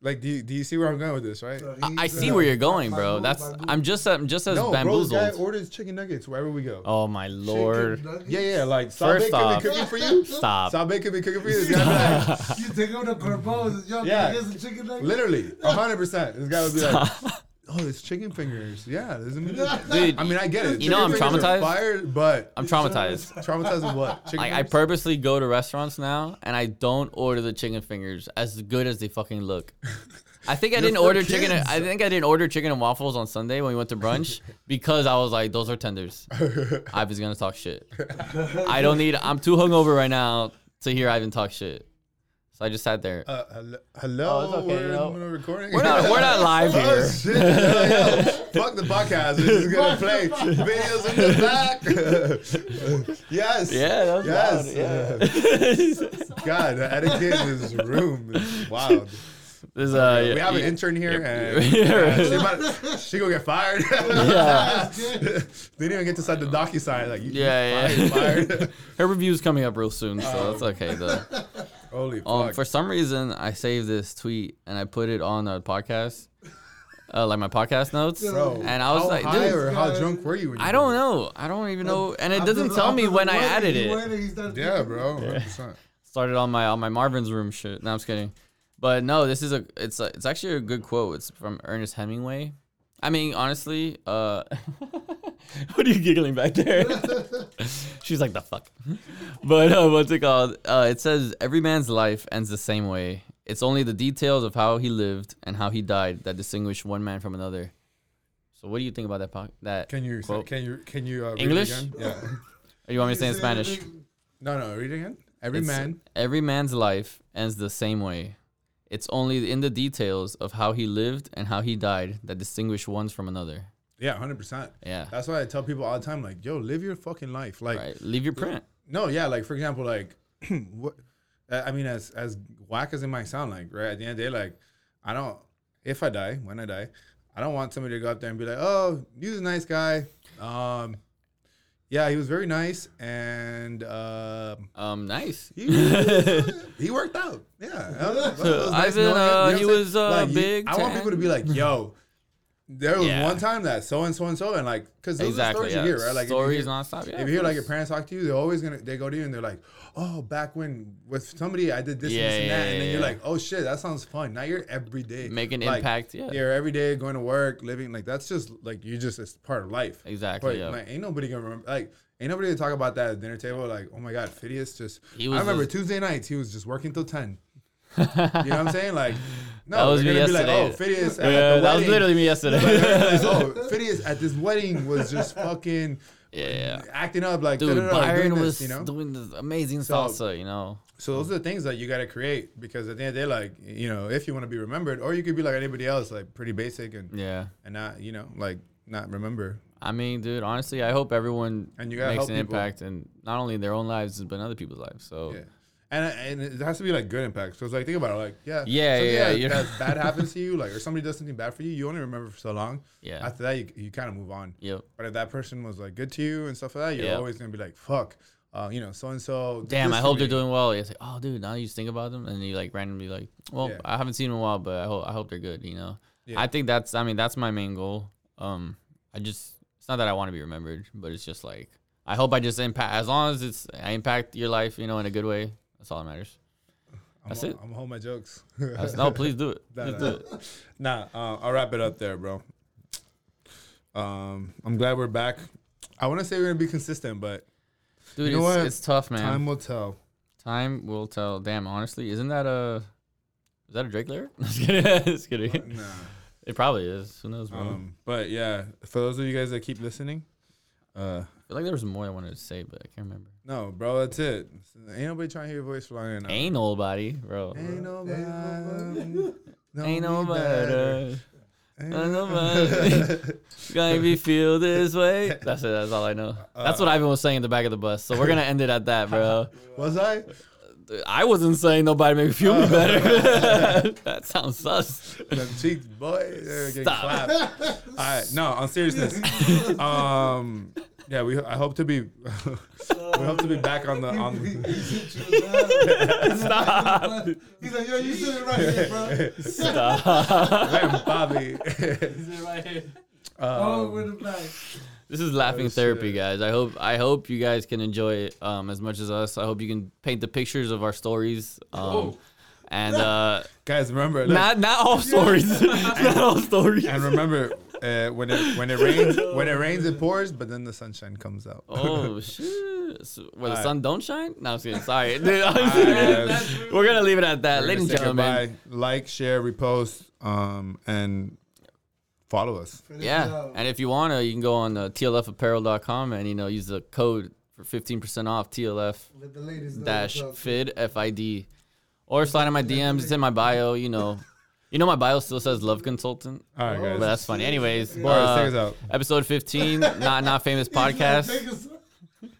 C: Like, do you, do you see where I'm going with this, right?
A: So
B: I, I
A: he's,
B: see
A: uh,
B: where you're going, bro.
A: bamboo,
B: That's
A: bamboo.
B: I'm just I'm just as
C: no, bro, the guy
B: bamboozled.
C: orders chicken nuggets wherever we go.
B: Oh my
A: Chicken
B: lord!
A: nuggets?
C: Yeah, yeah, like
B: First
C: Sabe could
B: off-
C: be cooking for you.
B: Stop.
C: Sabe could be cooking for you. This guy would be
A: You take him to Corbo's, yo,
C: Yeah.
A: yeah. get some chicken
C: like,
A: nuggets.
C: literally, hundred percent. This guy would be like, "Oh, it's chicken fingers. Yeah, this is
B: Dude,
C: I mean, I get it.
B: you know I'm
C: Chicken fingers are
B: traumatized?
C: Fire, but
B: I'm traumatized.
C: traumatized with what? Chicken
B: Like I
C: fingers?
B: purposely go to restaurants now and I don't order the chicken fingers as good as they fucking look. I think I didn't
C: for
B: order chicken.
C: kids.
B: I think I didn't order chicken and waffles on Sunday when we went to brunch because I was like, those are tenders. Ivan's gonna talk shit. I don't need. I'm too hungover right now to hear Ivan talk shit. So I just sat there.
C: Uh, hello, hello
B: Oh, it's okay,
C: we're,
B: you know.
C: we're recording.
B: We're not. We're not live
C: Oh
B: here.
C: shit! Yo, yo, fuck the podcast. We're just gonna play videos in the back. yes.
B: Yeah, that was
C: Yes.
B: loud. Yeah.
C: God, the etiquette in this room is wild.
B: This, uh,
C: we have an
B: yeah,
C: intern here,
B: yeah.
C: and and she, about, she gonna get fired.
B: Yeah.
C: they didn't even get to sign the docu sign. Like, you,
B: Yeah,
C: you
B: yeah.
C: fired, fired.
B: Her review's coming up real soon, so that's okay though.
C: Holy fuck!
B: Um, for some reason, I saved this tweet and I put it on our podcast, uh, like my podcast notes.
A: Bro,
B: and I was
C: how
B: like,
C: high
B: dude,
C: or how drunk were you? When you
B: I
C: did
B: don't
C: it?
B: know. I don't even know. And it
A: After
B: doesn't
A: the-
B: tell me
A: after the
B: when I
A: wedding,
B: added
A: he
B: it.
A: went and he started
C: Yeah,
A: drinking.
C: bro. 100%.
B: Started on my on my Marvin's room shit. No, I'm just kidding. But no, this is a it's a, it's actually a good quote. It's from Ernest Hemingway. I mean, honestly, uh, what are you giggling back there? She's like the fuck. but uh, what's it called? Uh, it says every man's life ends the same way. It's only the details of how he lived and how he died that distinguish one man from another. So, what do you think about that? Po- that
C: Can you
B: Quote.
C: can you can you uh, read it
B: English?
C: again? Yeah.
B: or you want me to say it in
A: He said
B: Spanish?
A: everything-
C: No, no, read it again. Every
B: It's-
C: man.
B: Every man's life ends the same way. It's only in the details of how he lived and how he died that distinguish ones from another.
C: Yeah, hundred percent.
B: Yeah.
C: That's why I tell people all the time, like, yo, live your fucking life. Like,
B: Right. Leave your print.
C: no, yeah, like for example, like, what? I I mean, as as whack as it might sound, like, right at the end of the day, like, I don't. If I die, when I die, I don't want somebody to go up there and be like, oh, he was a nice guy. Um, yeah, he was very nice, and um,
B: Um, nice.
C: he, he worked out. Yeah, I was- I was nice
B: Ivan,
C: knowing him,
B: uh,
C: what
B: he
C: I'm saying?
B: was, uh,
C: you-
B: big
C: I want people to be like, yo. There was
B: Yeah.
C: one time that so and so and so and like because those
B: exactly.
C: are the stories
B: Yeah.
C: you hear, right? Like if you
B: Stories
C: hear-
B: nonstop. Yeah.
C: if
B: of
C: you hear like your
B: course.
C: parents talk to you, they're always gonna they go to you and they're like, "Oh, back when with somebody I did this
B: Yeah,
C: and this and
B: yeah,
C: that," and then
B: yeah,
C: you're
B: yeah.
C: like, "Oh shit, that sounds fun." Now you're every day
B: Make an
C: like,
B: impact, yeah.
C: you're every day going to work, living like that's just like you just it's part of life.
B: Exactly,
C: But,
B: yeah.
C: Like ain't nobody gonna remember like. Ain't nobody to talk about that at dinner table. Like, oh my God, Phidias just.
B: He was
C: I remember
B: just-
C: Tuesday nights he was just working till ten. You know what I'm saying? Like, no,
B: That was
C: they're
B: me
C: gonna
B: yesterday.
C: be like, oh, Phidias. at
B: yeah,
C: the
B: that was
C: wedding."
B: literally me
C: Like,
B: yesterday.
C: they're gonna be like, oh, Phidias at this wedding was just fucking
B: yeah.
C: acting up like
B: Dude,
C: da-da-da,
B: Byron
C: doing
B: was
C: this, you know.
B: doing this amazing
C: So-
B: salsa. You know.
C: so those are the things that you got to create because at the end of the day, like you know, if you want to be remembered, or you could be like anybody else, like pretty basic and
B: Yeah.
C: and not you know like not remember.
B: I mean, dude, honestly, I hope everyone
C: And you gotta
B: makes
C: help
B: an
C: people.
B: impact, and not only in their own lives, but in other people's lives. So.
C: Yeah. And, and it has to be like good impact. So it's like think about it, like yeah,
B: Yeah,
C: something
B: yeah,
C: that-
B: you know.
C: that bad happens to you, like or somebody does something bad for you, you only remember for so long.
B: Yeah.
C: After that, you, you kind of move on.
B: Yep.
C: But if that person was like good to you and stuff like that, you're
B: Yeah.
C: always gonna be like fuck, uh, you know, so and so.
B: Damn, I hope they're doing well. It's like, oh, dude, now you just think about them, and you like randomly like, well,
C: Yeah.
B: I haven't seen them in a while, but I hope I hope they're good. You know,
C: Yeah.
B: I think that's, I mean, that's my main goal. Um, I just, it's not that I want to be remembered, but it's just like, I hope I just impact. As long as it's, I impact your life, you know, in a good way. That's all that matters.
C: I'm
B: That's
C: gonna-
B: it.
C: I'm gonna hold my jokes.
B: That's, no, please do it.
C: Nah,
B: Please
C: nah.
B: do it.
C: Nah, uh, I'll wrap it up there, bro. Um, I'm glad we're back. I want to say we're gonna be consistent, but
B: dude.
C: know
B: it's,
C: what?
B: it's tough, man.
C: time
B: Time,
C: will tell.
B: will tell. Damn, honestly, isn't that a Is that a Drake lyric? Just kidding. Just kidding.
C: Nah.
B: It probably is. Who knows, bro?
C: Um, but yeah, for those of you guys that keep listening, uh,
B: I feel like there was more I wanted to say, but I can't remember.
C: no, bro, that's it. Ain't nobody trying to hear your voice flying. now.
B: Ain't nobody, bro.
C: Ain't nobody. know
B: Ain't
C: me better.
B: nobody.
C: Ain't
B: Ain't nobody. gonna be feel this way. That's it. That's all I know.
C: Uh,
B: That's what Ivan was saying in the back of the bus. So we're gonna end it at that, bro.
C: Was I?
B: I wasn't saying nobody make me feel me better. that sounds sus.
C: Them cheeks, boy. They're getting
B: Stop.
C: clapped. All right, no, on seriousness. um, yeah, we. I hope to be. we hope to be back on the on.
A: He,
C: The,
A: he sits you down.
B: Stop.
A: He's like, yo, you sitting right here, bro.
B: Stop.
C: Where's Bobby.
A: Oh,
C: um,
A: with the black.
B: This is laughing
C: Oh,
B: therapy,
C: shit.
B: guys. I hope I hope you guys can enjoy it um, as much as us. I hope you can paint the pictures of our stories. Um, and uh,
C: guys, remember. Oh. look,
B: not not all stories, not all stories.
C: and remember, uh, when it when it rains, when it rains, it pours, but then the sunshine comes out.
B: Oh shit! So, where the
C: Alright.
B: sun don't shine? No, I'm just kidding. Sorry, Dude, I'm
C: All right,
B: serious.
C: guys.
B: We're gonna leave it at that,
C: We're
B: ladies and
C: gonna say
B: gentlemen.
C: goodbye. Like, share, repost, um, and follow us.
A: Finish it
B: Yeah,
A: out.
B: and if you wanna, you can go on uh, tlfapparel.com and you know use the code for 15% off TLF
A: With the ladies. know
B: dash
A: what's up.
B: fid f i d, or slide in my DMs. It's in my bio. You know, you know my bio still says love consultant,
C: All right,
B: but
C: guys.
B: that's funny. Anyways,
C: Boris,
B: uh,
C: take us out.
B: episode 15, not not famous
A: He's like,
B: podcast.
A: "Take us- you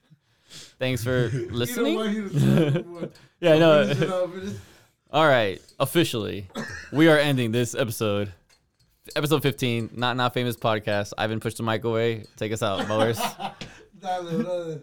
B: Thanks for
A: know what,
B: listening.
A: he was talking about.
B: Yeah, I
A: Finish
B: know.
A: it out, finish-
B: All right, officially, we are ending this episode. Episode 15, Not Not Famous Podcast. I've been pushed the mic away. Take us out, Boris.
A: Dale, brother.